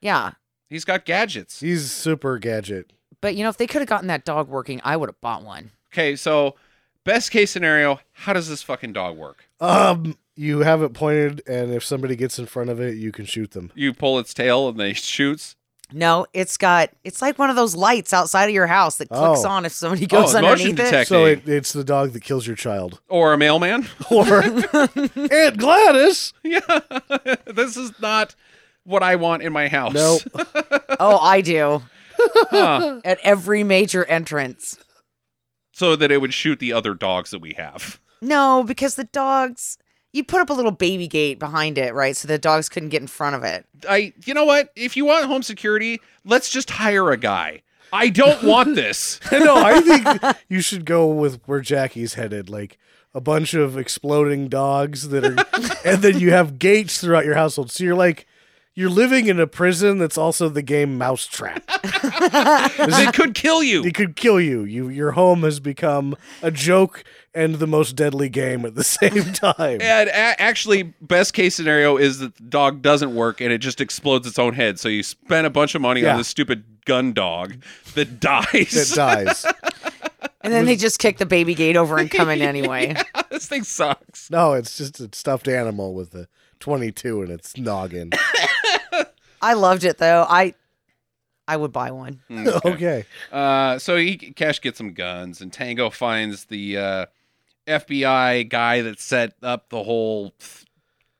D: yeah.
B: He's got gadgets.
E: he's super gadget.
D: But you know, if they could have gotten that dog working, I would have bought one.
B: Okay, so best case scenario, how does this fucking dog work?
E: Um, you have it pointed, and if somebody gets in front of it, you can shoot them.
B: You pull its tail and they shoots.
D: No, it's got it's like one of those lights outside of your house that clicks
E: Oh.
D: on if somebody
B: it's
D: goes
B: motion
D: underneath it.
B: detect-
E: So
B: Technique.
E: it, it's the dog that kills your child,
B: Or a mailman.
E: or Aunt Gladys.
B: yeah, this is not what I want in my house.
E: No,
D: Oh, I do
B: Huh.
D: at every major entrance.
B: So that it would shoot the other dogs that we have.
D: No, because the dogs you put up a little baby gate behind it, right? So the dogs couldn't get in front of it.
B: I you know what? If you want home security, let's just hire a guy. I don't want this.
E: no, I think you should go with where Jackie's headed, like a bunch of exploding dogs that are, and then you have gates throughout your household. So you're like, you're living in a prison that's also the game Mousetrap.
B: it could kill you.
E: It could kill you. You, your home has become a joke and the most deadly game at the same time.
B: And a- actually, best case scenario is that the dog doesn't work and it just explodes its own head. So you spend a bunch of money
E: Yeah.
B: on this stupid gun dog that dies.
E: That dies.
D: And then they just kick the baby gate over and come in anyway.
B: this thing sucks.
E: No, it's just a stuffed animal with a 22 in its noggin.
D: I loved it though. I I would buy one.
E: Okay.
B: Uh, so he Cash gets some guns, and Tango finds the uh, FBI guy that set up the whole th-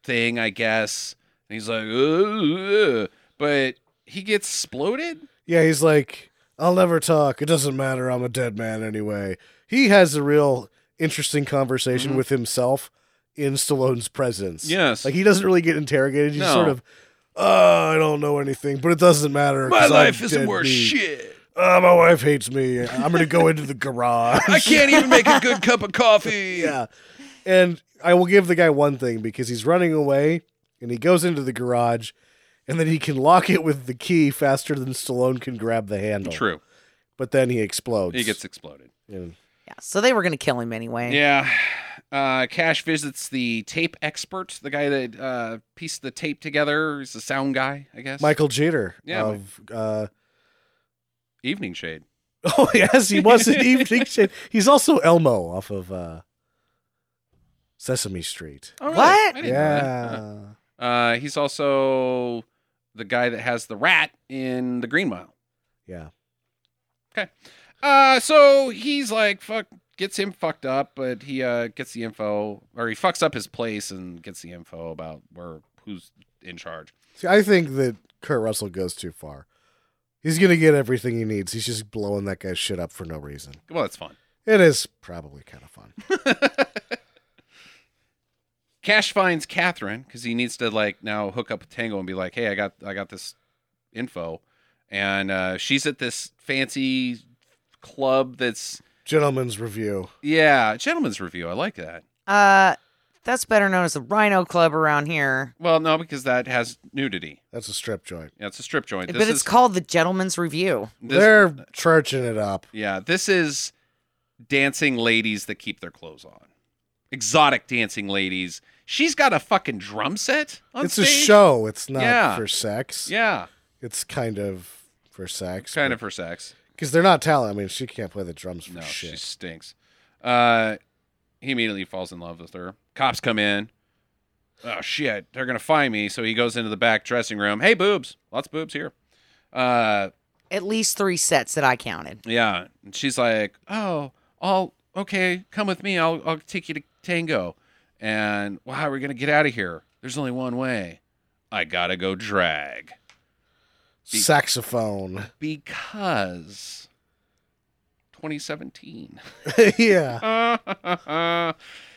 B: thing, I guess. And he's like, "Ugh, ugh." but he gets exploded.
E: Yeah, he's like, I'll never talk. It doesn't matter. I'm a dead man anyway. He has a real interesting conversation with himself in Stallone's presence.
B: Mm-hmm. Yes.
E: Like, he doesn't really get interrogated. He's
B: No.
E: sort of, oh, I don't know anything, but it doesn't matter.
B: My
E: 'cause I'm
B: life isn't
E: dead
B: worth
E: meat.
B: shit.
E: Uh, my wife hates me. I'm going to go into the garage.
B: I can't even make a good cup of coffee.
E: Yeah. And I will give the guy one thing because he's running away and he goes into the garage and then he can lock it with the key faster than Stallone can grab the handle.
B: True.
E: But then he explodes.
B: He gets exploded.
E: And-
D: Yeah. So they were gonna kill him anyway.
B: Yeah. Uh, Cash visits the tape expert, the guy that uh, pieced the tape together. He's the sound guy, I guess.
E: Michael Jeter
B: Yeah,
E: of uh
B: Evening Shade.
E: Oh yes, he was in evening shit. He's also Elmo off of uh Sesame Street.
B: Oh, really?
D: What?
B: I didn't know that.
E: Yeah.
B: Uh, he's also the guy that has the rat in the Green Mile.
E: Yeah.
B: Uh, so he's like, fuck, gets him fucked up, but he uh, gets the info, or he fucks up his place and gets the info about where who's in charge.
E: See, I think that Kurt Russell goes too far. He's gonna get everything he needs. He's just blowing that guy's shit up for no reason.
B: Well, that's fun.
E: It is probably kind of fun.
B: Cash finds Catherine because he needs to like now hook up with Tango and be like, "Hey, I got I got this info," and uh, she's at this fancy club that's
E: Gentleman's review.
B: yeah, gentleman's review. I like that.
D: Uh, that's better known as the Rhino Club around here,
B: Well, no, because that has nudity.
E: That's a strip joint.
B: Yeah, it's a strip joint.
D: but
B: This
D: it's
B: is,
D: called the Gentleman's Review.
B: this-
E: They're charging it up.
B: Yeah, this is dancing ladies that keep their clothes on. Exotic dancing ladies. She's got a fucking drum set on
E: it's
B: stage.
E: a show. It's not
B: Yeah.
E: for sex.
B: Yeah,
E: It's kind of for sex.
B: kind of for sex.
E: because they're not talent. I mean, she can't play the drums for
B: No, she
E: shit.
B: stinks. Uh, he immediately falls in love with her. Cops come in. Oh shit, they're gonna find me. So he goes into the back dressing room. Hey, boobs, lots of boobs here. Uh,
D: At least three sets that I counted.
B: yeah, and she's like, oh, I'll okay, come with me. I'll I'll take you to Tango. And well, how are we gonna get out of here? There's only one way. I gotta go drag
E: Saxophone.
B: because 2017.
E: yeah.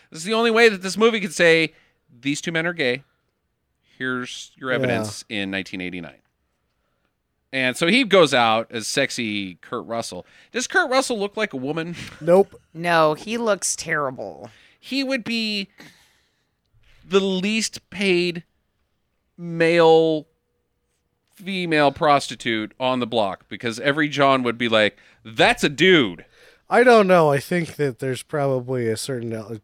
B: this is the only way that this movie could say these two men are gay. Here's your
E: Yeah.
B: evidence in 1989. And so he goes out as sexy Kurt Russell. Does Kurt Russell look like a woman?
E: Nope.
D: No, he looks terrible.
B: He would be the least paid male female prostitute on the block because every John would be like, "That's a dude."
E: I don't know. I think that there's probably a certain ele-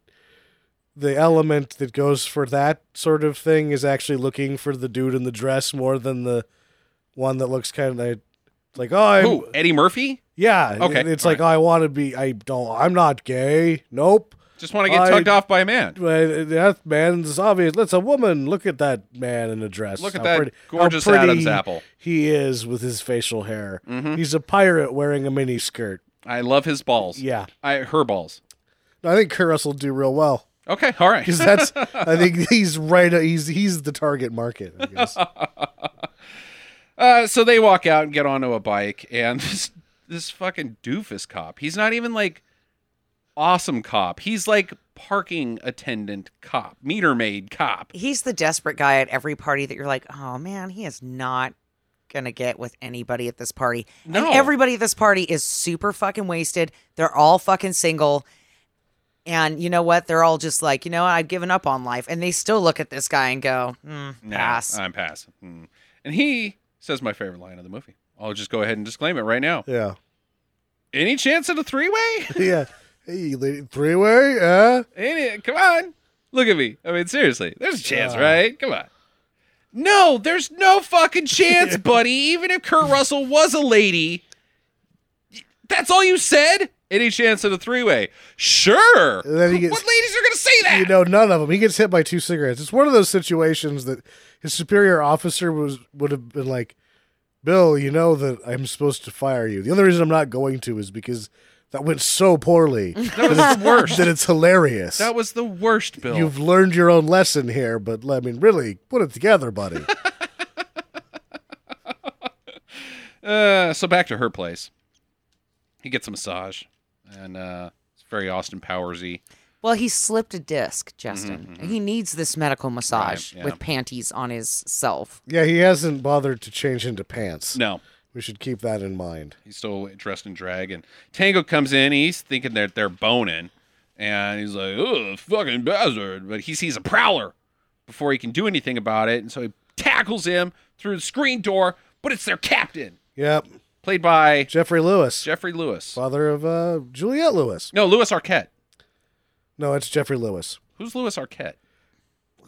E: the element that goes for that sort of thing is actually looking for the dude in the dress more than the one that looks kind of like oh I'm,
B: Who? Eddie Murphy?
E: yeah.
B: Okay,
E: It's
B: all
E: like oh, I want to be. I don't. I'm not gay. Nope.
B: Just want to get
E: I-
B: tugged off by a man.
E: Well, That man's obvious. That's a woman. Look at that man in a dress.
B: Look at
E: How
B: that
E: pretty- how
B: gorgeous
E: pretty
B: Adam's apple. Mm-hmm.
E: He is with his facial hair. He's a pirate wearing a mini skirt.
B: I love his balls.
E: Yeah.
B: I her balls.
E: I think Kurt Russell will do real well
B: Okay, all right.
E: because that's. I think he's right. He's he's the target market. I guess.
B: Uh, so they walk out and get onto a bike, and this this fucking doofus cop. He's not even like awesome cop. He's like parking attendant cop, meter maid cop.
D: He's the desperate guy at every party that you're like, oh man, he is not gonna get with anybody at this party.
B: No.
D: And everybody at this party is super fucking wasted. They're all fucking single. And you know what? They're all just like, you know, what? I've given up on life. And they still look at this guy and go, mm,
B: Nah,
D: pass.
B: I'm pass. Mm. And he says my favorite line of the movie. I'll just go ahead and disclaim it right now.
E: yeah.
B: Any chance at a three way?
E: Yeah. Hey, lady, three way. Uh,
B: Any, come on. Look at me. I mean, seriously, there's a chance,
E: Uh.
B: right? Come on. No, there's no fucking chance, buddy. Even if Kurt Russell was a lady, that's all you said? Any chance at a three way? Sure.
E: And then he gets-
B: what ladies are going to say that?
E: you know, none of them. He gets hit by two cigarettes. It's one of those situations that his superior officer was would have been like, "Bill, you know that I'm supposed to fire you. The only reason I'm not going to is because that went so poorly
B: that was the worst.
E: that it's hilarious.
B: That was the worst, Bill.
E: You've learned your own lesson here, but I mean, really, put it together, buddy.
B: Uh, so back to her place. He gets a massage, and uh, it's very Austin Powersy.
D: Well, he slipped a disc, Justin. He needs this medical massage
B: Mm-hmm, Right, yeah.
D: with panties on his self.
E: yeah, he hasn't bothered to change into pants.
B: No,
E: We should keep that in mind.
B: He's still dressed in drag, and Tango comes in. He's thinking that they're boning, and he's like, "Ugh, fucking bastard!" But he sees a prowler before he can do anything about it, and so he tackles him through the screen door. But it's their captain,
E: Yep,
B: played by
E: Jeffrey Lewis,
B: Jeffrey Lewis.
E: father of uh, Juliet Lewis.
B: No, Lewis Arquette.
E: No, it's Jeffrey Lewis.
B: Who's Lewis Arquette?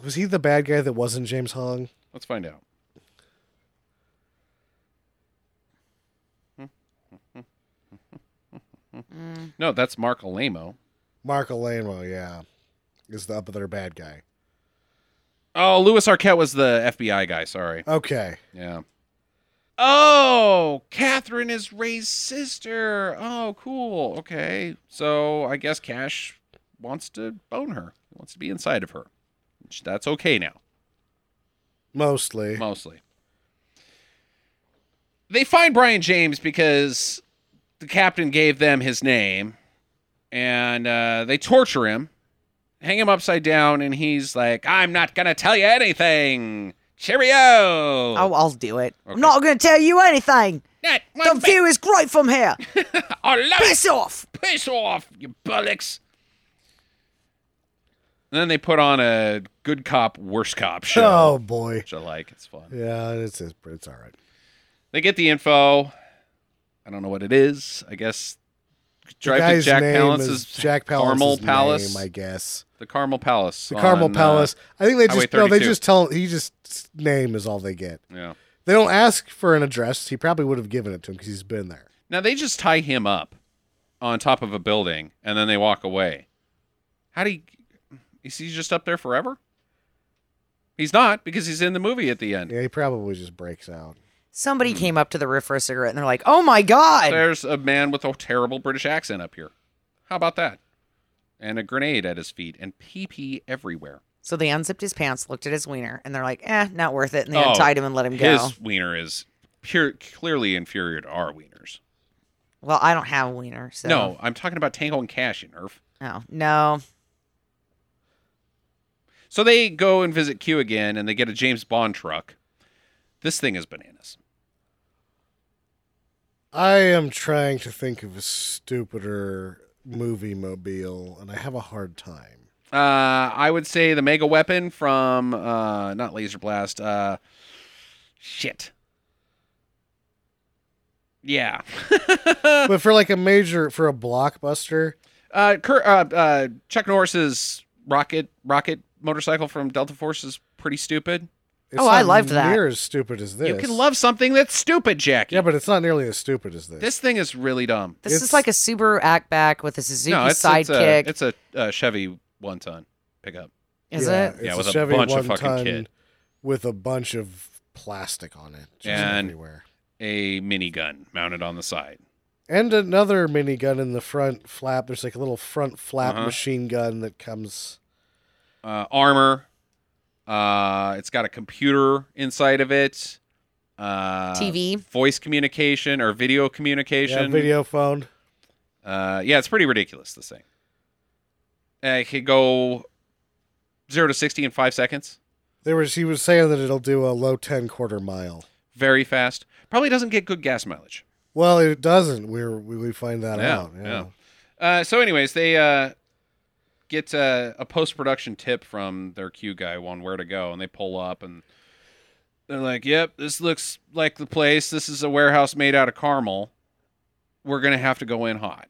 E: Was he the bad guy that wasn't James Hong?
B: Let's find out. No, that's Mark Alamo.
E: Mark Alamo, yeah, is the up there bad guy.
B: Oh, Lewis Arquette was the FBI guy. Sorry.
E: Okay,
B: Yeah. Oh, Catherine is Ray's sister. Oh, cool. Okay. So I guess Cash wants to bone her. He wants to be inside of her. Which- That's okay now.
E: mostly.
B: mostly. They find Brian James because the captain gave them his name, and uh, they torture him, hang him upside down, and he's like, "I'm not gonna tell you anything." Cheerio.
D: Oh, I'll do it.
B: Okay.
D: I'm not going to tell you anything.
B: that
D: The
B: one bit.
D: view is great from here.
B: I love it.
D: Piss off.
B: Piss off, you bullocks. And then they put on a good cop, worse cop show,
E: Oh boy.
B: which I like. It's fun.
E: Yeah, it's it's, it's all right.
B: They get the info. I don't know what it is. I guess
E: The
B: drive to Jack Palace's
E: Jack
B: Carmel
E: Palace's
B: Palace.
E: name, I guess.
B: the Carmel Palace.
E: The Carmel
B: on, uh,
E: Palace. I think they
B: Highway
E: just no, they
B: 32.
E: just tell he just name is all they get.
B: yeah.
E: They don't ask for an address. He probably would have given it to him because he's been there.
B: Now they just tie him up on top of a building and then they walk away. How do you is he just up there forever? He's not because he's in the movie at the end.
E: Yeah, he probably just breaks out.
D: Somebody came up to the riff for a cigarette and they're like, oh my God.
B: There's a man with a terrible British accent up here. How about that? And a grenade at his feet and pee pee everywhere.
D: So they unzipped his pants, looked at his wiener, and they're like, eh, not worth it. And they
B: Oh,
D: untied him and let him go.
B: His wiener is pure, clearly inferior to our wieners.
D: Well, I don't have a wiener. So.
B: No, I'm talking about Tango and Cash, you nerf.
D: Oh, no.
B: So they go and visit Q again, and they get a James Bond truck. This thing is bananas.
E: I am trying to think of a stupider movie mobile, and I have a hard time.
B: Uh, I would say the Mega Weapon from uh, not Laser Blast. Uh, shit. Yeah.
E: but for like a major, for a blockbuster,
B: uh, Cur- uh, uh, Chuck Norris's rocket rocket motorcycle from Delta Force is pretty stupid.
E: it's
D: Oh, I
E: not
D: loved that.
E: Near as stupid as this.
B: You can love something that's stupid, Jackie.
E: Yeah, but it's not nearly as stupid as this.
B: this thing is really dumb.
D: This
E: It's-
D: is like a Subaru Act Back with a Suzuki sidekick.
B: It's a, it's a uh, Chevy one ton pickup.
D: is
E: yeah,
D: it?
E: It's
B: Yeah,
E: a
B: with a
E: Chevy
B: bunch of
E: one
B: fucking
E: ton
B: kid.
E: with a bunch of plastic on it, just
B: And-
E: everywhere,
B: A minigun mounted on the side.
E: and another minigun in the front flap. There's like a little front flap
B: Uh-huh.
E: machine gun that comes.
B: Uh, armor. Uh, it's got a computer inside of it. Uh,
D: TV.
B: Voice communication or video
E: Yeah,
B: communication.
E: video phone.
B: Uh, yeah, it's pretty ridiculous, this thing. Uh, it could go 0 to 60 in five seconds.
E: There was he was saying that it'll do a low ten quarter mile.
B: Very fast. Probably doesn't get good gas mileage.
E: Well, it doesn't. We're, we we find that
B: Yeah,
E: out. Yeah.
B: yeah. Uh, so, anyways, they uh, get uh, a post production tip from their Q guy on where to go, and they pull up and they're like, "Yep, this looks like the place. This is a warehouse made out of caramel. We're gonna have to go in hot."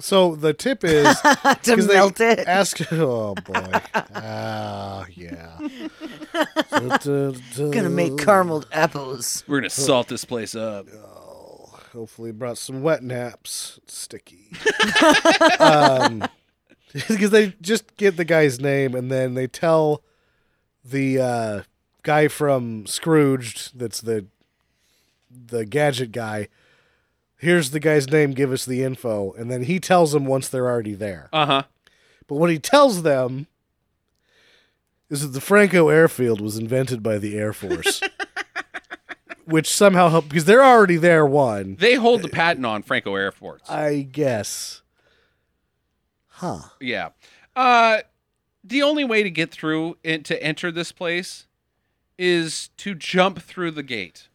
E: So the tip is
D: to
E: 'Cause they
D: melt it.
E: ask. Oh boy. Ah, yeah.
D: Gonna
E: Gonna
D: make caramel apples.
B: We're gonna salt this place up.
E: Oh, hopefully brought some wet naps. It's sticky. um, because they just get the guy's name and then they tell the uh, guy from Scrooged, that's the the gadget guy. Here's the guy's name. Give us the info, and then he tells them once they're already there.
B: Uh huh.
E: But what he tells them is that the Franco airfield was invented by the Air Force, which somehow helped because they're already there. One,
B: They hold the patent on Franco Air Force.
E: I guess. Huh.
B: Yeah. Uh, the only way to get through and to enter this place is to jump through the gate.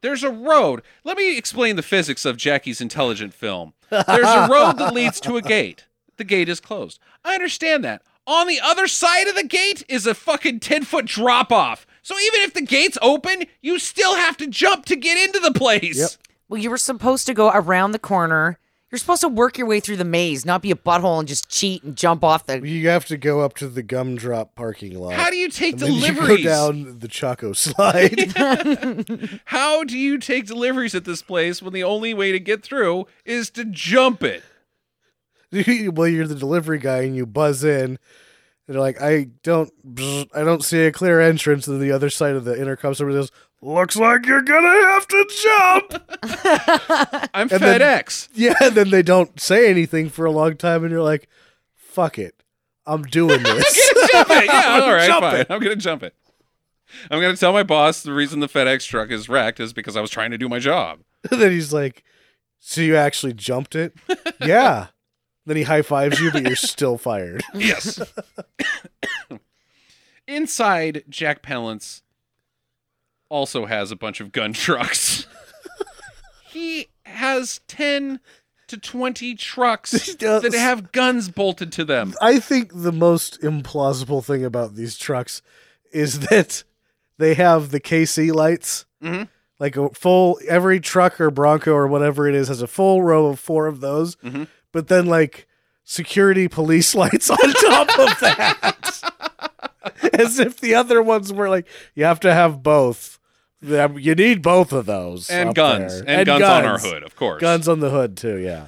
B: There's a road. Let me explain the physics of Jackie's intelligent film. There's a road that leads to a gate. The gate is closed. I understand that. On the other side of the gate is a fucking 10 foot drop off. So even if the gate's open, you still have to jump to get into the place.
E: Yep.
D: Well, you were supposed to go around the corner. You're supposed to work your way through the maze, not be a butthole and just cheat and jump off the.
E: You have to go up to the gumdrop parking lot.
B: How do you take
E: and then you
B: deliveries?
E: go down the Choco slide?
B: How do you take deliveries at this place when the only way to get through is to jump it?
E: well, you're the delivery guy, and you buzz in. They're like, I don't, I don't see a clear entrance. And the other side of the intercom, somebody goes, "Looks like you're gonna have to jump."
B: I'm
E: And then-
B: FedEx.
E: yeah, and then they don't say anything for a long time, and you're like, "Fuck it, I'm doing this."
B: Jump it. Yeah, all right,
E: Jump
B: fine.
E: it.
B: I'm gonna jump it. I'm going to tell my boss the reason the FedEx truck is wrecked is because I was trying to do my job.
E: then he's like, "So you actually jumped it?" yeah. Then he high fives you, but you're still fired.
B: Yes. Inside, Jack Palance also has a bunch of gun trucks. he has 10 to 20 trucks
E: He does.
B: that have guns bolted to them.
E: I think the most implausible thing about these trucks is that they have the KC lights.
B: Mhm.
E: Like a full, every truck or Bronco or whatever it is has a full row of four of those.
B: Mhm.
E: But then, like, security police lights on top of that. As if the other ones were like, you have to have both. Yeah, You need both of those.
B: And
E: up
B: guns.
E: there.
B: And, guns, on our
E: guns.
B: hood, of course.
E: Guns on the hood, too. Yeah.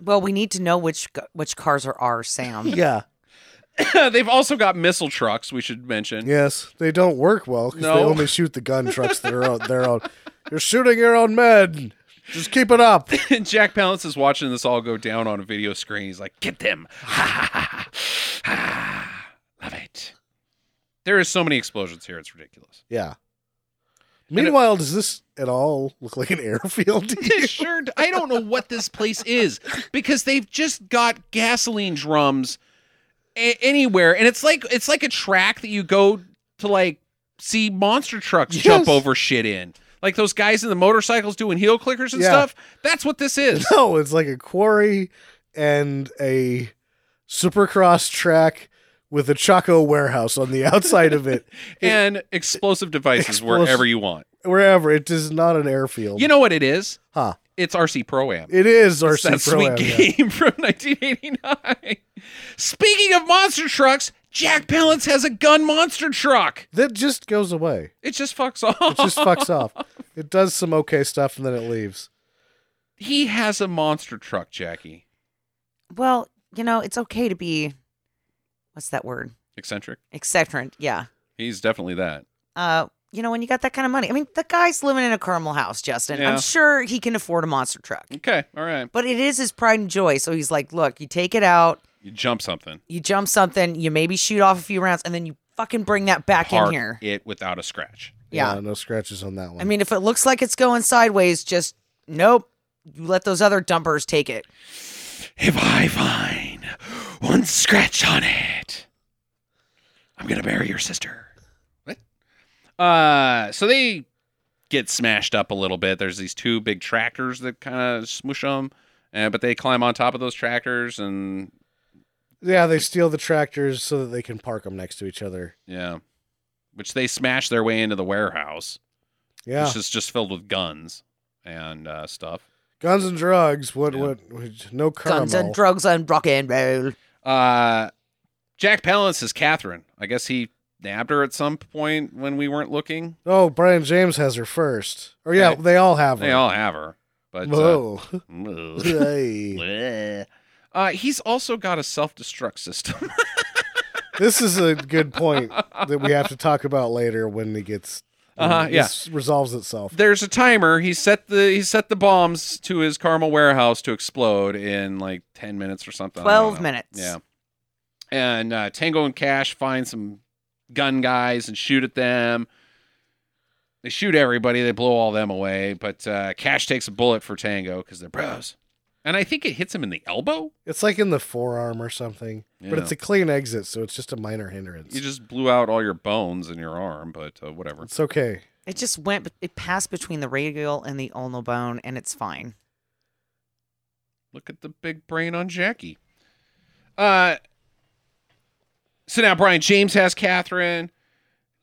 D: Well, we need to know which gu- which cars are ours, Sam.
E: Yeah.
B: They've also got missile trucks, we should mention.
E: Yes, they don't work well because they
B: No.
E: only shoot the gun trucks that are out their own. You're shooting your own men. Just keep it up.
B: And Jack Palance is watching this all go down on a video screen. He's like, "Get them!" Love it. There is so many explosions here; it's ridiculous.
E: Yeah. Meanwhile, does this at all look like an airfield? to you?
B: sure, d- I don't know what this place is because they've just got gasoline drums a- anywhere, and it's like it's like a track that you go to like see monster trucks jump
E: Yes.
B: over shit in, like those guys in the motorcycles doing heel clickers and
E: Yeah.
B: stuff. That's what this is.
E: no, it's like a quarry and a supercross track with a Choco warehouse on the outside of it.
B: and explosive devices
E: Explos-
B: wherever you want.
E: Wherever it is not an airfield.
B: You know what it is?
E: Huh.
B: It's RC Pro Am.
E: it is our
B: It's that sweet game from 1989. Speaking of monster trucks, Jack Palance has a gun monster truck.
E: that just goes away.
B: It just fucks off.
E: It just fucks off. It does some okay stuff and then it leaves.
B: he has a monster truck, Jackie.
D: Well, you know, it's okay to be what's that word?
B: Eccentric.
D: Eccentric. Yeah.
B: He's definitely that.
D: Uh, you know, when you got that kind of money. I mean, the guy's living in a Carmel house, Justin.
B: Yeah. Mm.
D: I'm sure he can afford a monster truck.
B: Okay, all right.
D: But it is his pride and joy. So he's like, look, you take it out,
B: You jump something.
D: you jump something, you maybe shoot off a few rounds, and then you fucking bring that back
B: Park
D: in here.
B: it without a scratch.
D: Yeah.
E: no scratches on that one.
D: I mean, if it looks like it's going sideways, just nope. You let those other dumpers take it.
B: If I find one scratch on it, I'm gonna bury your sister. What? Uh, so they get smashed up a little bit. There's these two big tractors that kind of smoosh them, uh, but they climb on top of those tractors, and
E: Yeah, they steal the tractors so that they can park them next to each other.
B: yeah, which they smash their way into the warehouse,
E: Yeah,
B: which is just filled with guns and uh, stuff.
E: guns and drugs. What?
B: Yeah.
E: What? what- No caramel.
D: Guns and drugs and rock and roll.
B: Uh, Jack Palance is Catherine. I guess he nabbed her at some point when we weren't looking.
E: oh, Brian James has her first. Or yeah,
B: Okay.
E: they all have her.
B: They all have her, but uh,
E: Whoa.
B: bleh.
E: Hey.
B: Bleh. uh, he's also got a self-destruct system.
E: this is a good point that we have to talk about later when it gets. when
B: Uh-huh, yeah.
E: this resolves itself.
B: There's a timer. He set the he set the bombs to his Carmel warehouse to explode in like ten minutes or something. I don't
D: 12
B: know.
D: minutes.
B: Yeah, and uh, Tango and Cash find some gun guys and shoot at them. They shoot everybody. They blow all them away. But uh, Cash takes a bullet for Tango because they're bros, and I think it hits him in the elbow.
E: It's like in the forearm or something, but
B: Yeah.
E: it's a clean exit, so it's just a minor hindrance.
B: You just blew out all your bones in your arm, but uh, whatever.
E: it's okay.
D: It just went, it passed between the radial and the ulnar bone, and it's fine.
B: Look at the big brain on Jackie. Uh, so now Brian James has Catherine.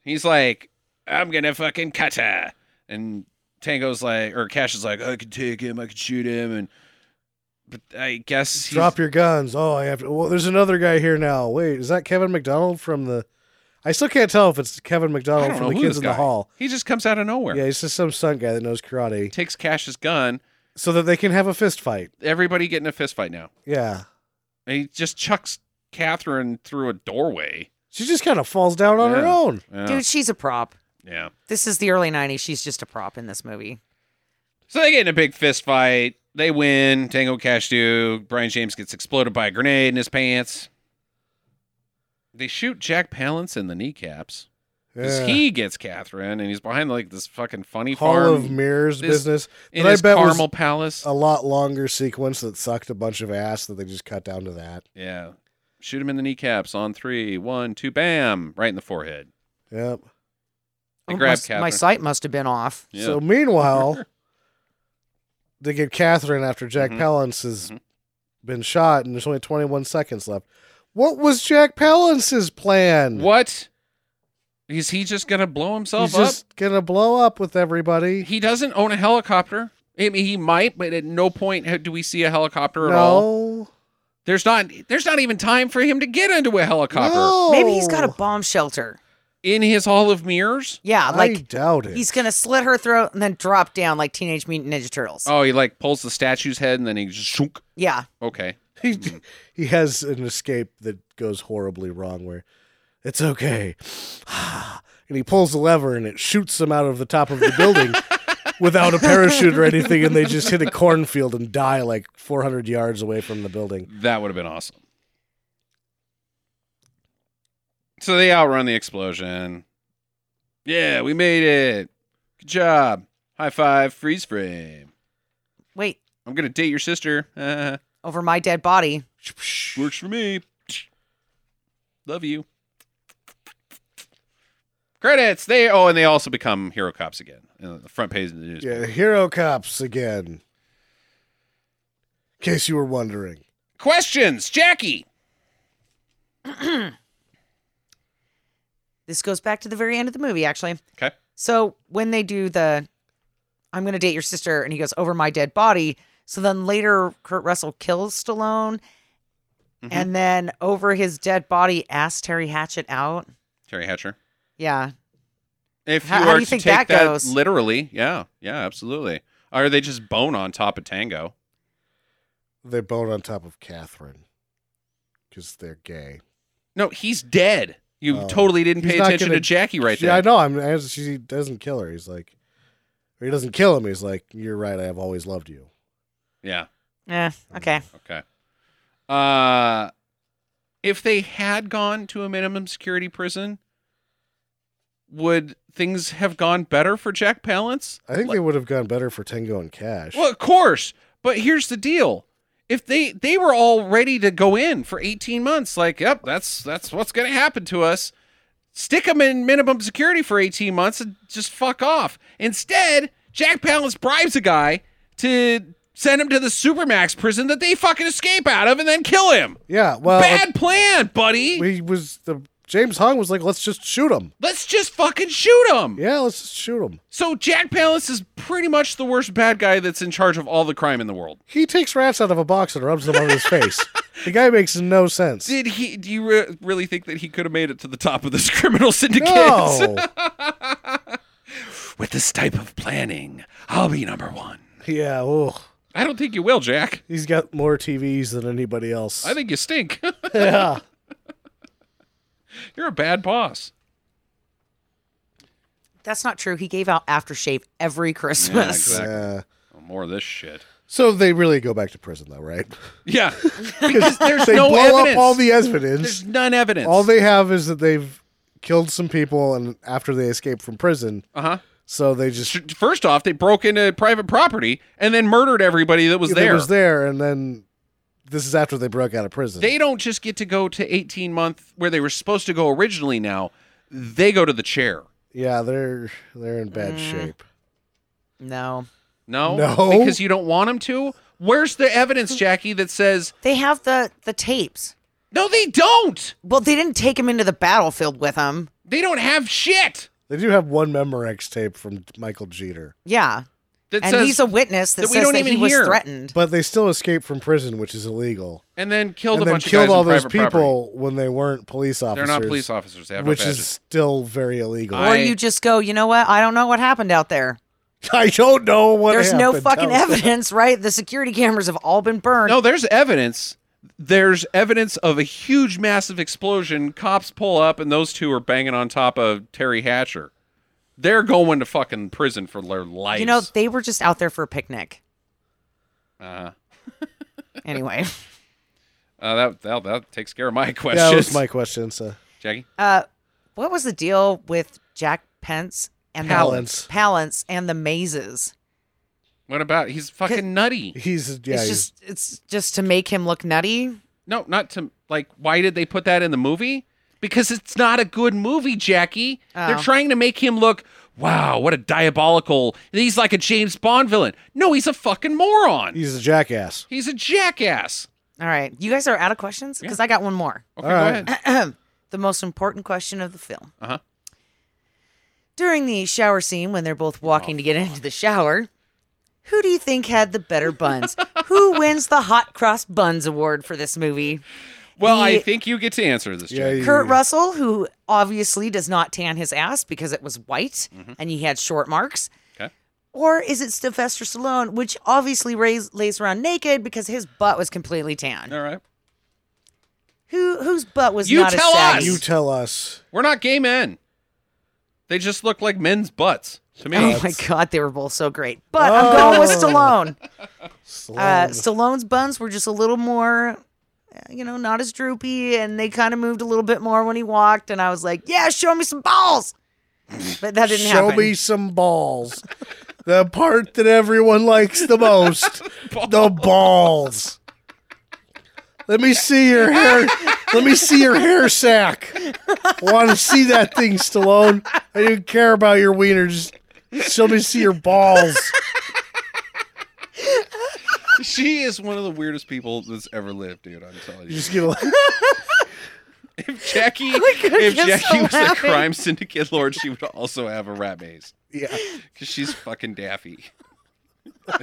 B: He's like, I'm gonna fucking cut her. And Tango's like, or Cash is like, I could take him, I could shoot him, and but I guess he's-
E: Drop your guns. Oh, I have to. Well, there's another guy here now. Wait, is that Kevin McDonald from the. I still can't tell if it's Kevin
B: I
E: McDonald
B: don't know
E: from the
B: who
E: Kids
B: this
E: in
B: guy.
E: the Hall.
B: He just comes out of nowhere.
E: Yeah, he's just some stunt guy that knows karate
B: Takes Cash's gun.
E: so that they can have a fist fight.
B: Everybody getting a fist fight now.
E: Yeah.
B: And he just chucks Catherine through a doorway.
E: She just kind of falls down on her
B: Yeah.
E: own.
B: Yeah.
D: Dude, she's a prop.
B: yeah.
D: This is the early 90s. She's just a prop in this movie.
B: So they get in a big fist fight. They win. Tango Cash do. Brian James gets exploded by a grenade in his pants. They shoot Jack Palance in the kneecaps. 'Cause
E: Yeah.
B: he gets Catherine, and he's behind like this fucking funny
E: Hall
B: farm
E: of Mirrors
B: this-
E: business.
B: in
E: But I
B: his
E: bet
B: Carmel
E: was Oh.
B: Palace.
E: a lot longer sequence that sucked a bunch of ass that they just cut down to that.
B: yeah, shoot him in the kneecaps on three, one, two, bam, right in the forehead.
E: Yep.
B: They
D: Oh,
B: grab
D: my, s- my
B: Catherine.
D: sight must have been off.
B: Yeah.
E: So meanwhile, they get Catherine after Jack
B: Mhm.
E: Palance has
B: Mhm.
E: been shot, and there's only 21 seconds left. What was Jack Palance's plan?
B: what? Is he just gonna blow himself
E: Hmm. He's
B: up?
E: just gonna blow up with everybody.
B: He doesn't own a helicopter. I mean, he might, but at no point ha- do we see a helicopter at all.
E: no,
B: There's not. There's not even time for him to get into a helicopter
E: no.
D: Maybe he's
E: Oh.
D: got a bomb shelter.
B: in his hall of mirrors.
D: Yeah,
E: I
D: like
E: doubt it.
D: he's gonna slit her throat and then drop down like Teenage Mutant Ninja Turtles.
B: Oh, he like pulls the statue's head and then he just shunk.
D: Yeah,
B: Okay.
E: he, he has an escape that goes horribly wrong where it's okay. and he pulls the lever and it shoots them out of the top of the building without a parachute or anything. And they just hit a cornfield and die like 400 yards away from the building.
B: That would have been awesome. So they outrun the explosion. Yeah, we made it. Good job. High five, freeze frame.
D: wait,
B: I'm going to date your sister. Uh,
D: over my dead body.
B: works for me. Love you. Credits. They oh, and they also become hero cops again. Uh, the front page of the newspaper.
E: Yeah, hero cops again. In case you were wondering.
B: Questions, Jackie.
D: This goes back to the very end of the movie, actually.
B: Okay.
D: So when they do the I'm going to date your sister and he goes over my dead body. So then later Kurt Russell kills Stallone
B: Mm-hmm.
D: and then over his dead body asks Terry Hatchett out.
B: Terry Hatcher.
D: Yeah.
B: If you
D: How-
B: are
D: how do you
B: to
D: think
B: take that,
D: that goes?
B: literally, yeah, yeah, absolutely. Or they just bone on top of Tango?
E: They bone on top of Catherine because they're gay.
B: No, he's dead. You
E: Oh.
B: totally didn't
E: He's
B: pay
E: not
B: attention
E: gonna-
B: to Jackie right
E: yeah,
B: there.
E: I know. I'm. I, she doesn't kill her. He's like, or he doesn't kill him. He's like, you're right. I have always loved you.
B: Yeah.
D: Yeah. Eh, Okay.
B: Okay. Uh, if they had gone to a minimum security prison, would things have gone better for Jack Palance?
E: I think
B: Like-
E: they would have gone better for Tango and Cash.
B: Well, of course. But here's the deal. If they they were all ready to go in for 18 months, like, yep, that's that's what's going to happen to us. Stick them in minimum security for 18 months and just fuck off. Instead, Jack Palance bribes a guy to send him to the supermax prison that they fucking escape out of and then kill him.
E: yeah. Well,
B: Bad plan, buddy.
E: he was the James Hong was like, let's just shoot him.
B: Let's just fucking shoot him.
E: Yeah, let's just shoot him.
B: So Jack Palance is pretty much the worst bad guy that's in charge of all the crime in the world.
E: He takes rats out of a box and rubs them on his face. The guy makes no sense.
B: Did he? Do you re- really think that he could have made it to the top of this criminal syndicate?
E: no.
B: With this type of planning, I'll be number one.
E: yeah. Ugh.
B: I don't think you will, Jack.
E: He's got more TVs than anybody else.
B: I think you stink.
E: yeah.
B: You're a bad boss.
D: That's not true. He gave out aftershave every Christmas.
B: exactly.
E: Yeah.
B: Oh, more of this shit.
E: So they really go back to prison though, right?
B: Yeah,
E: Because
B: there's
E: they
B: no
E: blow
B: evidence.
E: up all the evidence.
B: there's none evidence.
E: All they have is that they've killed some people, and after they escape from prison,
B: uh
E: so they just
B: huh. First off, they broke into private property and then murdered everybody that was
E: they
B: there.
E: was there, and then this is after they broke out of prison.
B: They don't just get to go to 18 month where they were supposed to go originally. Now they go to the chair.
E: yeah, they're they're in
B: Mm.
E: bad shape.
D: No.
B: No,
E: No.
B: because you don't want them to. Where's the evidence, Jackie, that says
D: They have the the tapes.
B: no? They don't.
D: Well, they didn't take him into the battlefield with him.
B: They don't have shit
E: They do have one Memorex tape from Michael Jeter,
D: Yeah.
B: that
D: and
B: says.
D: he's a witness that,
B: that we
D: says
B: don't
D: that
B: even
D: he was
B: hear.
D: threatened.
E: but they still escaped from prison, which is illegal.
B: and then killed
E: and
B: a
E: then
B: bunch
E: killed
B: of guys
E: all
B: on
E: those
B: private
E: people
B: property.
E: when they weren't police
B: They're
E: officers.
B: not police officers. They have
E: Which
B: no
E: is
B: badges.
E: still very illegal.
B: I-
E: I,
D: or you just go, you know what? I don't know what happened out there.
E: don't know what.
D: There's no
E: happened.
D: fucking
E: That was-
D: evidence, right? The security cameras have all been burned.
B: No, there's evidence. There's evidence of a huge, massive explosion. Cops pull up, and those two are banging on top of Terry Hatcher. They're going to fucking prison for their lives.
D: you know, they were just out there for a picnic.
B: uh,
D: Anyway,
B: uh, that, that that takes care of my
E: Yeah,
B: questions.
E: that was my question. So
B: Jackie.
D: uh, What was the deal with Jack Pence and the-
E: Palance.
D: Palance and the mazes?
B: What about he's fucking nutty?
E: He's yeah.
D: it's
E: he's-
D: just it's just to make him look nutty.
B: No, not to like. Why did they put that in the movie? Because it's not a good movie, Jackie. They're
D: Oh.
B: trying to make him look. Wow, what a diabolical! He's like a James Bond villain. No, he's a fucking moron.
E: he's a jackass.
B: He's a jackass.
D: All right, you guys are out of questions because I got one more.
B: Okay,
E: All
B: go
E: right.
B: ahead.
D: the most important question of the film.
B: Uh-huh.
D: During the shower scene, when they're both walking to get
B: Oh,
D: into the shower, who do you think had the better buns? who wins the hot cross buns award for this movie?
B: Well, I
D: The-
B: think you get to answer this.
E: Yeah,
B: Jack.
E: he-
D: Kurt Russell, who obviously does not tan his ass because it was white and he had short marks.
B: Mm-hmm. Okay.
D: Or is it Sylvester Stallone, which obviously rays, lays around naked because his butt was completely tan?
B: All right.
D: Who whose butt was
B: You
D: not
B: tell
D: as saggy?
B: us!
E: You tell us.
B: We're not gay men. They just look like men's butts to me.
D: Oh my god, they were both so great. But I'm going with
E: Oh.
D: Stallone. Uh,
E: Sloan.
D: Stallone's buns were just a little more, uh, you know, not as droopy, and they kind of moved a little bit more when he walked. And I was like, "Yeah, show me some balls," but that didn't
E: Show
D: happen.
E: me some balls. the part that everyone likes the most. The balls. Let me see your hair. Let me see your hair sack. Want to see that thing, Stallone? I don't care about your wiener. Just show me see your balls.
B: She is one of the weirdest people that's ever lived, dude. I'm telling
E: You
B: you.
E: just get a,
B: If Jackie, if
D: I'm
B: Jackie
D: so
B: was a
D: happy.
B: crime syndicate lord, she would also have a rat maze
E: yeah.
B: because she's fucking daffy.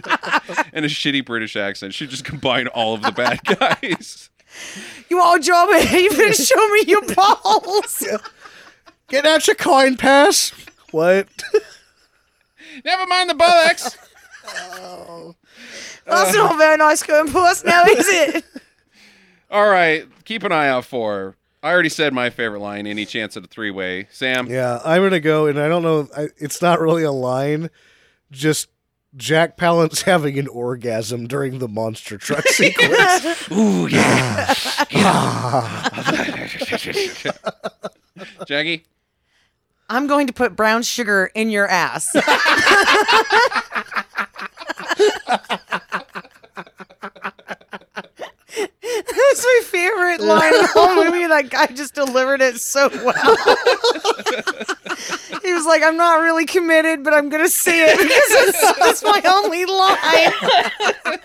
B: and a shitty British accent. She just combine all of the bad guys.
D: You all job You better show me your balls.
E: Get out your coin pass. What?
B: Never mind the bullocks.
D: That's not very nice going past now, is it?
B: All right, keep an eye out for. her. I already said my favorite line. Any chance at a three way, Sam?
E: Yeah, I'm gonna go, and I don't know. I, it's not really a line, just Jack Palance having an orgasm during the monster truck sequence.
B: Ooh, yeah. Jackie?
D: I'm going to put brown sugar in your ass. That's my favorite line in the whole movie. That guy just delivered it so well. he was like, I'm not really committed, but I'm going to say it because it's, it's my only line.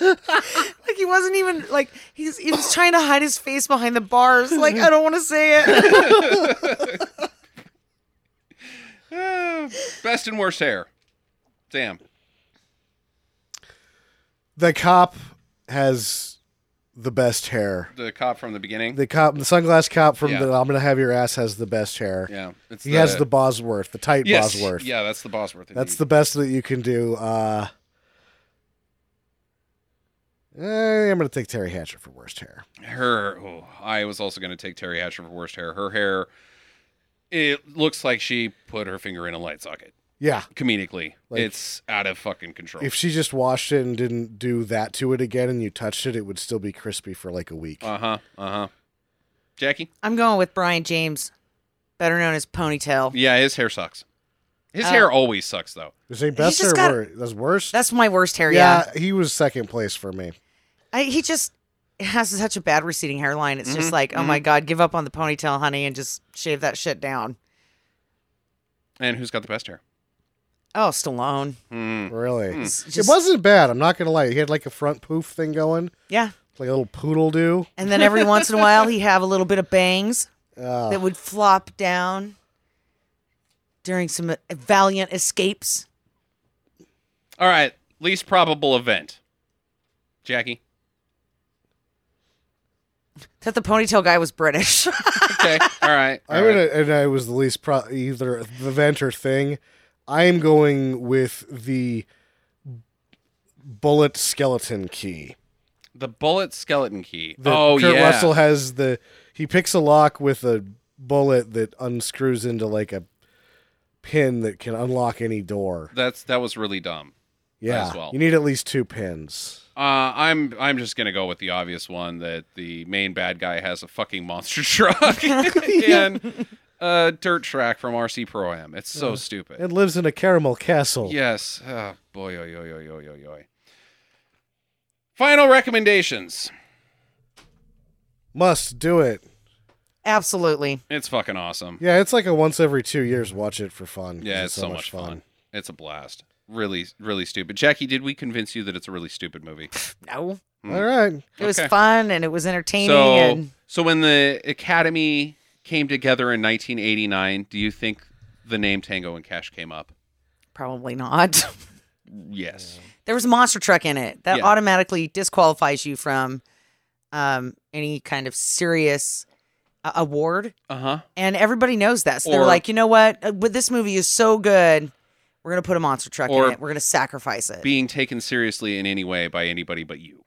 D: like, he wasn't even, like, he's, he was trying to hide his face behind the bars. Like, I don't want to say it.
B: Uh, best and worst hair. Sam.
E: the cop has the best hair.
B: the cop from the beginning.
E: The cop, the sunglass cop from
B: Yeah.
E: the "I'm gonna have your ass" has the best hair.
B: yeah, it's
E: He has the Bosworth, the tight
B: yes,
E: Bosworth.
B: Yeah, that's the Bosworth.
E: That's the
B: indeed.
E: best that you can do. Uh, eh, I'm gonna take Terry Hatcher for worst hair.
B: her. Oh, I was also going to take Terry Hatcher for worst hair. Her hair, it looks like she put her finger in a light socket.
E: Yeah,
B: Comedically,
E: Like-
B: it's out of fucking control.
E: If she just washed it and didn't do that to it again and you touched it, it would still be crispy for like a week.
B: Uh huh. Uh huh. Jackie.
D: I'm going with Brian James, better known as Ponytail.
B: Yeah, his hair sucks. His
D: Oh.
B: hair always sucks though.
E: Is he
D: he's
E: best
D: just
E: or
D: got-
E: worse? That's worse?
D: That's my worst hair. Yeah,
E: yeah, he was second place for me.
D: I, he just has such a bad receding hairline. It's
B: Mm-hmm.
D: just like, oh my god, give up on the ponytail, honey, and just shave that shit down.
B: And who's got the best hair?
D: Oh, Stallone.
B: Hmm.
E: Really.
D: It's
E: It
D: Mm. just-
E: wasn't bad. I'm not going to lie. He had like a front poof thing going,
D: Yeah,
E: like a little poodle do.
D: and then every once in a while he'd have a little bit of bangs
E: Uh,
D: that would flop down during some uh, valiant escapes.
B: All right. Least probable event. Jackie.
D: That the ponytail guy was British.
B: Okay. All right.
E: I'm
B: all right.
E: gonna, and I was the least pro- either the Venter thing. I am going with the bullet skeleton key.
B: The bullet skeleton key.
E: The,
B: oh
E: Kurt
B: yeah.
E: Russell has the he picks a lock with a bullet that unscrews into like a pin that can unlock any door.
B: That's that was really dumb.
E: Yeah,
B: as well.
E: you need at least two pins.
B: Uh, I'm I'm just gonna go with the obvious one that the main bad guy has a fucking monster truck and a dirt track from RC Pro Am. It's so stupid.
E: It lives in a caramel castle.
B: Yes. Oh, boy, oy, oy, oy, oy, oy, oy. Final recommendations.
E: Must do it.
D: Absolutely.
B: It's fucking awesome.
E: Yeah, it's like a once every two years watch it for fun. 'cause
B: Yeah, it's, so, much fun. It's a blast. Really, really stupid. Jackie, did we convince you that it's a really stupid movie?
D: No.
B: Hmm.
E: All right.
D: It was
B: Okay.
D: fun and it was entertaining
B: so,
D: and
B: so when the Academy came together in 1989, do you think the name Tango and Cash came up?
D: probably not.
B: Yes.
D: there was a monster truck in it that
B: Yeah.
D: automatically disqualifies you from um, any kind of serious uh, award.
B: Uh huh.
D: And everybody knows that. So they're
B: Or-
D: like, you know what? Uh, But this movie is so good. We're going to put a monster truck
B: Or
D: in it. We're going to sacrifice it.
B: Being taken seriously in any way by anybody but you.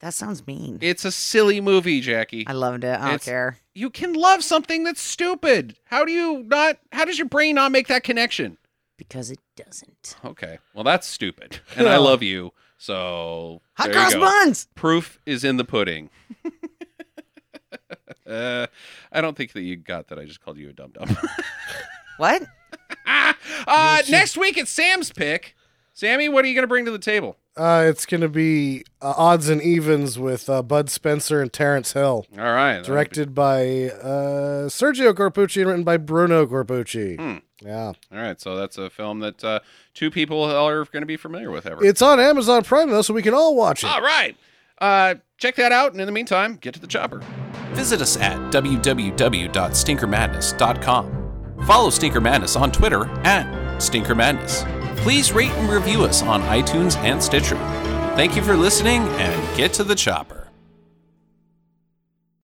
D: that sounds mean.
B: It's a silly movie, Jackie.
D: I loved it. I don't
B: It's-
D: care.
B: you can love something that's stupid. How do you not? How does your brain not make that connection?
D: Because it doesn't.
B: Okay. Well, that's stupid. And I love you. So
D: Hot
B: there you
D: cross
B: go.
D: buns.
B: Proof is in the pudding. uh, I don't think that you got that. I just called you a dum dum.
D: What?
B: uh, next week it's Sam's pick. Sammy, what are you going to bring to the table?
E: Uh, it's going to be uh, odds and evens with uh, Bud Spencer and Terrence Hill,
B: All right. that'll be-
E: directed by uh, Sergio Corpucci and written by Bruno Corpucci.
B: Hmm.
E: Yeah,
B: All right. So that's a film that uh, two people are going to be familiar with ever.
E: it's on Amazon Prime though, so we can all watch it.
B: All right. Uh, check that out. And in the meantime, get to the chopper.
A: Visit us at www.stinkermadness.com. Follow Stinker Madness on Twitter at Stinker Madness. Please rate and review us on iTunes and Stitcher. Thank you for listening and get to the chopper.